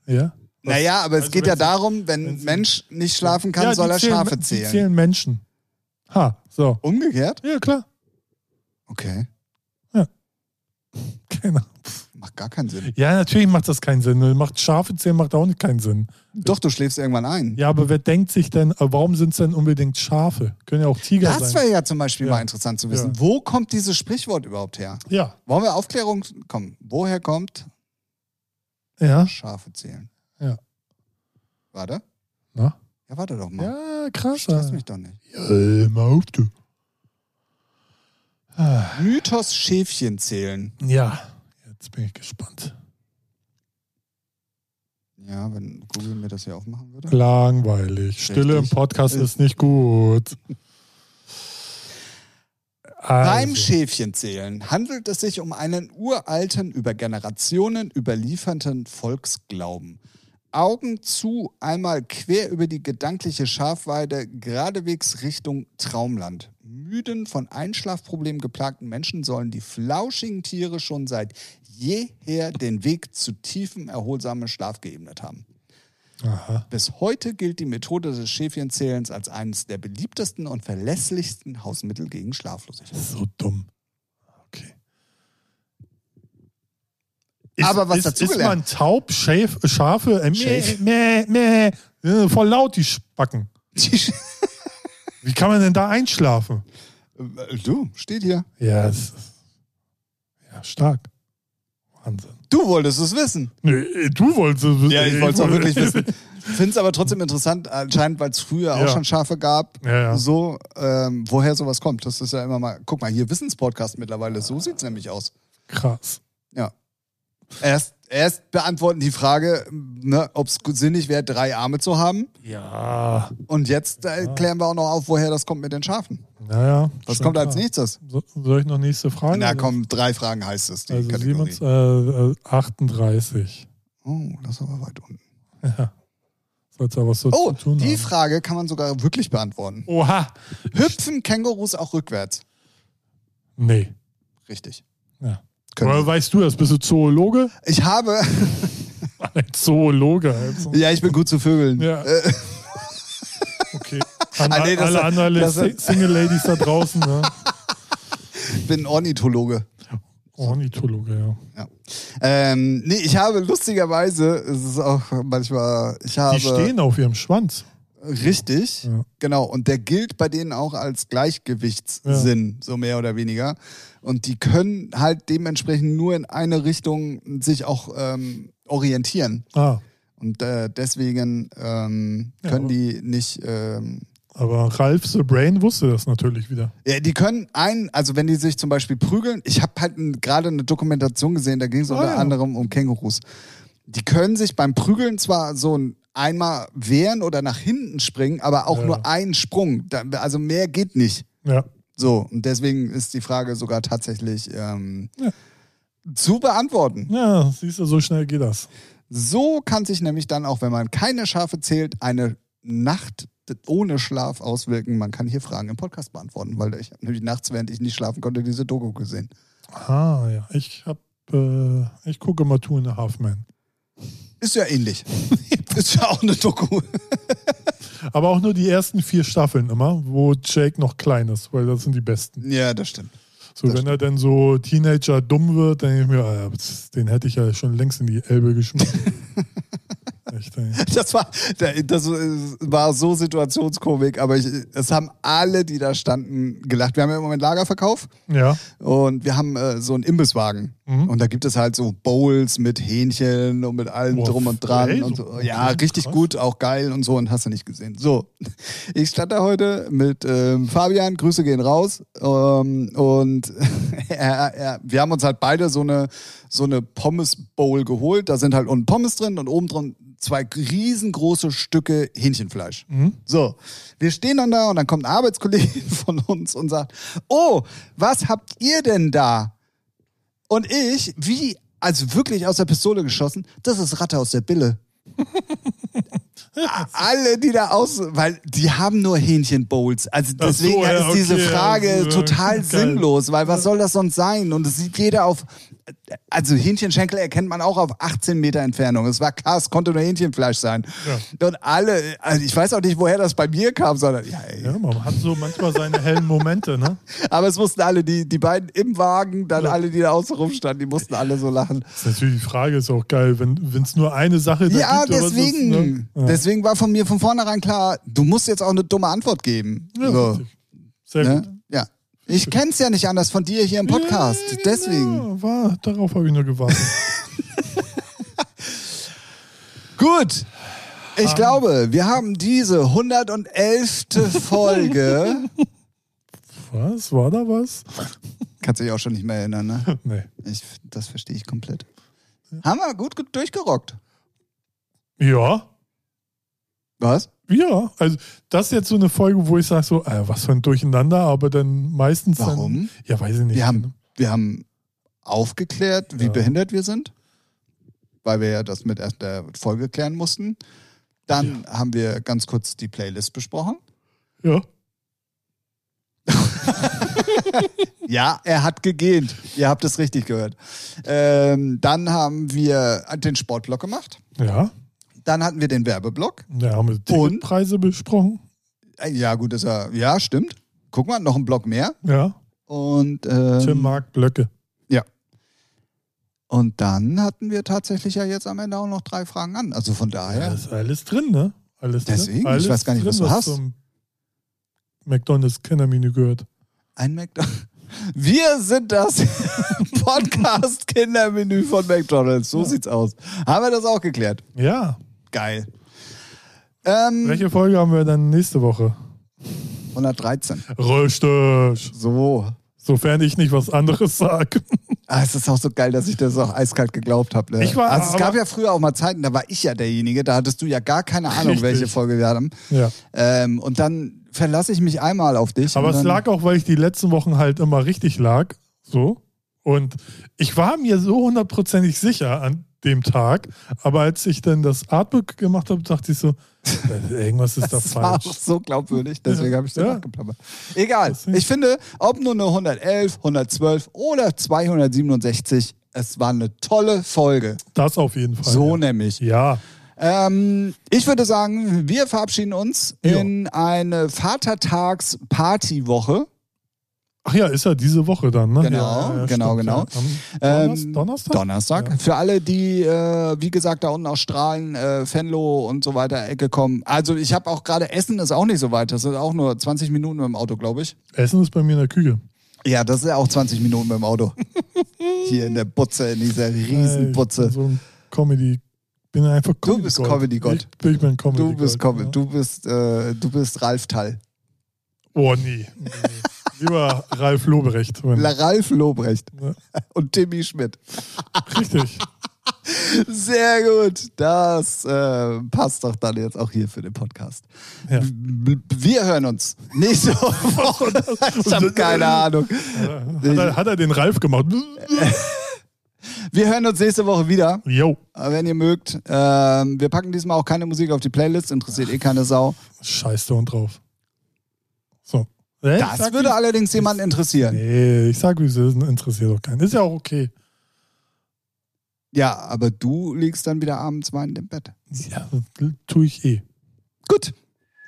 A: nicht. Ja.
B: Naja, aber es
A: Also
B: geht
A: wenn
B: ja
A: sie-
B: darum, wenn
A: wenn
B: ein
A: sie-
B: Mensch nicht schlafen kann,
A: ja,
B: soll
A: die
B: er Schafe
A: Die
B: zählen.
A: zählen Menschen. Ha, so.
B: Umgekehrt?
A: Ja, klar.
B: Okay.
A: Keine Ahnung.
B: Macht gar keinen Sinn.
A: Ja, natürlich macht das keinen Sinn. Macht Schafe zählen macht auch nicht keinen Sinn.
B: Doch, du schläfst irgendwann ein.
A: Ja, aber wer denkt sich denn, äh, warum sind es denn unbedingt Schafe? Können ja auch Tiger
B: das
A: sein.
B: wäre ja zum Beispiel
A: Ja.
B: mal interessant zu wissen.
A: Ja.
B: Wo kommt dieses Sprichwort überhaupt her?
A: Ja,
B: Wollen wir Aufklärung? Komm, woher kommt
A: ja.
B: Schafe zählen?
A: Ja.
B: Warte.
A: Na?
B: Ja, warte doch mal.
A: Ja, krass.
B: Stress mich doch nicht.
A: Ja, mal auf, du. Ah,
B: Mythos Schäfchen zählen.
A: Ja, jetzt bin ich gespannt.
B: Ja, wenn Google mir das hier aufmachen würde.
A: Langweilig. Stille
B: Richtig.
A: im Podcast ist nicht gut.
B: Beim
A: Also,
B: Schäfchenzählen handelt es sich um einen uralten, über Generationen überlieferten Volksglauben. Augen zu, einmal quer über die gedankliche Schafweide, geradewegs Richtung Traumland. Müden, von Einschlafproblemen geplagten Menschen sollen die flauschigen Tiere schon seit jeher den Weg zu tiefem, erholsamen Schlaf geebnet haben.
A: aha.
B: Bis heute gilt die Methode des Schäfchenzählens als eines der beliebtesten und verlässlichsten Hausmittel gegen Schlaflosigkeit.
A: So dumm. Okay.
B: Aber was
A: ist, Ist
B: dazugelernt.
A: man taub, schäf, Schafe, äh, meh,
B: Schäf.
A: meh, meh, äh, voll laut die Spacken.
B: Die Sch-
A: Wie kann man denn da einschlafen?
B: Äh, Du, steht hier.
A: Ja, es ist, ja stark. Wahnsinn.
B: Du wolltest es wissen.
A: Nee, du wolltest es wissen.
B: Ja, ich wollte es auch
A: wollte-
B: wirklich wissen. Finde es aber trotzdem interessant, anscheinend, weil es früher
A: Ja.
B: auch schon Schafe gab.
A: Ja, ja.
B: So, ähm, woher sowas kommt. Das ist ja immer mal. Guck mal, hier Wissenspodcast mittlerweile. So sieht es nämlich aus.
A: Krass.
B: Ja. Erst, erst beantworten die Frage, ne, ob es sinnig wäre, drei Arme zu haben.
A: Ja.
B: Und jetzt äh, klären wir auch noch auf, woher das kommt mit den Schafen.
A: Naja.
B: Was
A: schon
B: kommt als
A: klar.
B: nächstes?
A: So, soll ich noch nächste Frage?
B: Na
A: Oder?
B: komm, drei Fragen heißt es. Die
A: Also
B: Kategorie.
A: Siemens äh, äh, 38.
B: Oh, das ist aber weit unten.
A: Ja. Soll's ja was so
B: Oh,
A: zu tun
B: die
A: haben.
B: Frage kann man sogar wirklich beantworten.
A: Oha.
B: Hüpfen Kängurus auch rückwärts?
A: Nee.
B: Richtig.
A: Ja.
B: Können
A: Woher weißt du das? Bist du Zoologe?
B: Ich habe,
A: Ein Zoologe. Also.
B: ja, ich bin gut zu Vögeln.
A: Ja.
B: Äh,
A: Okay. An,
B: Ah, nee, das-
A: alle anderen
B: das-
A: Si- Single Ladies da draußen. Ne?
B: ich bin Ornithologe.
A: Oh, Ornithologe, ja.
B: Ja. Ähm, nee, ich habe lustigerweise, es ist auch manchmal, ich habe.
A: Die stehen auf ihrem Schwanz.
B: Richtig,
A: Ja.
B: genau. Und der gilt bei denen auch als Gleichgewichtssinn, so mehr oder weniger. Und die können halt dementsprechend nur in eine Richtung sich auch ähm, orientieren.
A: Ah,
B: Und äh, deswegen ähm,
A: Ja,
B: können
A: aber-
B: die nicht. Ähm,
A: aber Ralph the Brain wusste das natürlich wieder.
B: ja, die können ein, also wenn die sich zum Beispiel prügeln, ich habe halt ein- gerade eine Dokumentation gesehen, da ging es
A: Ah,
B: unter
A: ja.
B: anderem um Kängurus. Die können sich beim Prügeln zwar so ein einmal wehren oder nach hinten springen, aber auch
A: Ja.
B: nur einen Sprung. Da, also mehr geht nicht.
A: Ja.
B: So, und deswegen ist die Frage sogar tatsächlich ähm,
A: Ja.
B: zu beantworten.
A: Ja, siehst du, so schnell geht das.
B: So kann sich nämlich dann auch, wenn man keine Schafe zählt, eine Nacht ohne Schlaf auswirken. Man kann hier Fragen im Podcast beantworten, weil ich habe nämlich nachts, während ich nicht schlafen konnte, diese Doku gesehen.
A: Ah, ja. Ich hab, äh, ich gucke mal Two and a Half Men.
B: Ist ja ähnlich. ist ja auch eine Doku.
A: Aber auch nur die ersten vier Staffeln immer, wo Jake noch klein ist, weil das sind die besten.
B: ja, das stimmt.
A: So,
B: Das
A: wenn er dann so Teenager dumm wird, dann denke ich mir, ah, ja, pf, den hätte ich ja schon längst in die Elbe geschmissen. Echt, ey.
B: Das war, das war so Situationskomik, aber ich, es haben alle, die da standen, gelacht. Wir haben ja im Moment Lagerverkauf.
A: Ja,
B: Und wir haben äh, so einen Imbisswagen.
A: Mhm.
B: Und da gibt es halt so Bowls mit Hähnchen und mit allem
A: Boah,
B: drum und dran.
A: ey,
B: und
A: so-
B: so. Ja,
A: okay,
B: richtig
A: krass.
B: gut, auch geil und so. Und hast du nicht gesehen. So, ich stand da heute mit ähm, Fabian, Grüße gehen raus. Ähm, und er, er, wir haben uns halt beide so eine, so eine Pommes-Bowl geholt. Da sind halt unten Pommes drin und oben drin zwei riesengroße Stücke Hähnchenfleisch. So, wir stehen dann da und dann kommt ein Arbeitskollege von uns und sagt, oh, was habt ihr denn da? Und ich, wie, also wirklich aus der Pistole geschossen, das ist Ratte aus der Bille. A- Alle, die da aus, weil die haben nur Hähnchenbowls. Also
A: Ach so,
B: deswegen
A: ja,
B: ist diese
A: okay,
B: Frage
A: ja,
B: total
A: geil.
B: sinnlos, weil was soll das sonst sein? Und es sieht jeder auf, also Hähnchenschenkel erkennt man auch auf 18 Meter Entfernung. Es war klar, es konnte nur Hähnchenfleisch sein. Und alle, also ich weiß auch nicht, woher das bei mir kam, sondern ja, ey,
A: ja, man hat so manchmal seine hellen Momente, ne?
B: aber es mussten alle, die, die beiden im Wagen, dann alle, die da außen rumstanden, die mussten alle so lachen.
A: Ist natürlich die Frage, ist auch geil, wenn es nur eine Sache da
B: Ja,
A: gibt. aber es ist,
B: deswegen.
A: ne? ja.
B: Deswegen war von mir von vornherein klar, du musst jetzt auch eine dumme Antwort geben.
A: Ja,
B: so,
A: richtig. Sehr gut.
B: ne? ja. Ich kenn's ja nicht anders von dir hier im Podcast.
A: Ja, genau.
B: Deswegen.
A: War, darauf habe ich nur gewartet.
B: Gut.
A: Ähm.
B: Ich glaube, wir haben diese 111. Folge.
A: was? War da was?
B: Kannst du dich auch schon nicht mehr erinnern, ne?
A: nee.
B: Ich, das verstehe ich komplett. Haben wir gut ge- durchgerockt.
A: Ja.
B: Was?
A: Ja, also das ist jetzt so eine Folge, wo ich sage so, äh, was für ein Durcheinander, aber dann meistens
B: Warum?
A: Dann, ja, weiß ich nicht.
B: Wir haben, wir haben aufgeklärt, wie
A: Ja.
B: behindert wir sind, weil wir ja das mit erst der Folge klären mussten. Dann haben wir ganz kurz die Playlist besprochen.
A: ja.
B: Ja, er hat gegähnt. Ihr habt es richtig gehört. Ähm, dann haben wir den Sportblock gemacht.
A: Ja.
B: Dann hatten wir den Werbeblock.
A: Da haben wir Ticketpreise besprochen.
B: Äh, Ja, gut, ist er. Ja, stimmt. Guck mal, noch ein Block mehr.
A: Ja.
B: Und,
A: Tim
B: ähm,
A: Mark Blöcke.
B: und dann hatten wir tatsächlich ja jetzt am Ende auch noch drei Fragen an. Also von
A: Ja,
B: daher.
A: ist alles drin, ne? Alles
B: Deswegen,
A: drin.
B: ich
A: Alles
B: weiß gar nicht, was du hast.
A: zum McDonalds Kennermenü gehört.
B: Ein McDonald's. Wir sind das Podcast Kindermenü von McDonald's. So sieht's aus. Haben wir das auch geklärt?
A: Ja.
B: Geil. Ähm,
A: Welche Folge haben wir dann nächste Woche?
B: 113.
A: Richtig.
B: So.
A: Sofern ich nicht was anderes sage.
B: Ah, es ist auch so geil, dass ich das auch eiskalt geglaubt habe. Ne?
A: Ich war-
B: also es
A: aber-
B: gab ja früher auch mal Zeiten, da war ich ja derjenige, da hattest du ja gar keine Ahnung,
A: Richtig.
B: welche Folge wir haben.
A: Ja.
B: Ähm, und dann verlasse ich mich einmal auf dich.
A: Aber
B: und
A: es
B: dann,
A: lag auch, weil ich die letzten Wochen halt immer richtig lag. So. Und ich war mir so hundertprozentig sicher an dem Tag. Aber als ich dann das Artbook gemacht habe, dachte ich so, äh, irgendwas ist da
B: Das war
A: falsch.
B: auch so glaubwürdig, deswegen
A: Ja.
B: habe ich den
A: Ja.
B: nachgeplappert. Egal,
A: Deswegen.
B: ich finde, ob nur eine 111, 112 oder 267, es war eine tolle Folge.
A: Das auf jeden Fall.
B: So
A: ja.
B: nämlich.
A: Ja,
B: Ähm, ich würde sagen, wir verabschieden uns
A: Jo.
B: in eine Vatertags-Partywoche.
A: Ach ja, ist ja diese Woche dann, ne?
B: Genau,
A: ja, ja,
B: genau, genau.
A: Ja. Am
B: Ähm,
A: Donnerstag? Donnerstag?
B: Donnerstag.
A: Ja.
B: Für alle, die, äh, wie gesagt, da unten aus Strahlen, äh, Venlo und so weiter Ecke kommen. Also ich habe auch gerade Essen ist auch nicht so weit. Das ist auch nur 20 Minuten mit dem Auto, glaube ich.
A: Essen ist bei mir in der Küche.
B: Ja, das ist ja auch 20 Minuten mit dem Auto. Hier in der Butze, in dieser
A: Äh, ich bin
B: Riesenbutze.
A: So ein Comedy. Bin einfach
B: Du
A: Comedy
B: bist Comedy-Gott.
A: Ich bin- Ich bin Comedy
B: Du bist,
A: Gott.
B: komm,
A: ja.
B: du bist, äh, du bist Ralf Tall.
A: Oh, nee. nee, nee. Lieber Ralf Loberecht. Wenn,
B: La- Ralf Lobrecht
A: Ja.
B: und Timmy Schmidt.
A: richtig.
B: Sehr gut. Das äh, passt doch dann jetzt auch hier für den Podcast.
A: Ja.
B: B- b- Wir hören uns nächste Woche. Ich habe keine Ahnung.
A: Hat er, hat er den Ralf gemacht?
B: Wir hören uns nächste Woche wieder,
A: Jo,
B: äh, wenn ihr mögt. Ähm, wir packen diesmal auch keine Musik auf die Playlist, interessiert eh keine Sau.
A: scheiß der Hund drauf. So. Hä? Ich
B: Das
A: sag,
B: würde allerdings jemanden interessieren.
A: nee, ich sag, wie es ist, interessiert doch keinen. Ist ja auch okay.
B: Ja, aber du liegst dann wieder abends weinend im Bett.
A: Ja, tue ich eh.
B: Gut,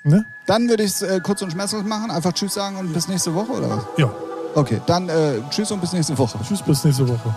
A: Ne?
B: dann würde ich es äh, kurz und schmerzlos machen. Einfach Tschüss sagen und bis nächste Woche, oder was?
A: Ja.
B: Okay, dann äh, Tschüss und bis nächste Woche.
A: Tschüss, bis nächste Woche.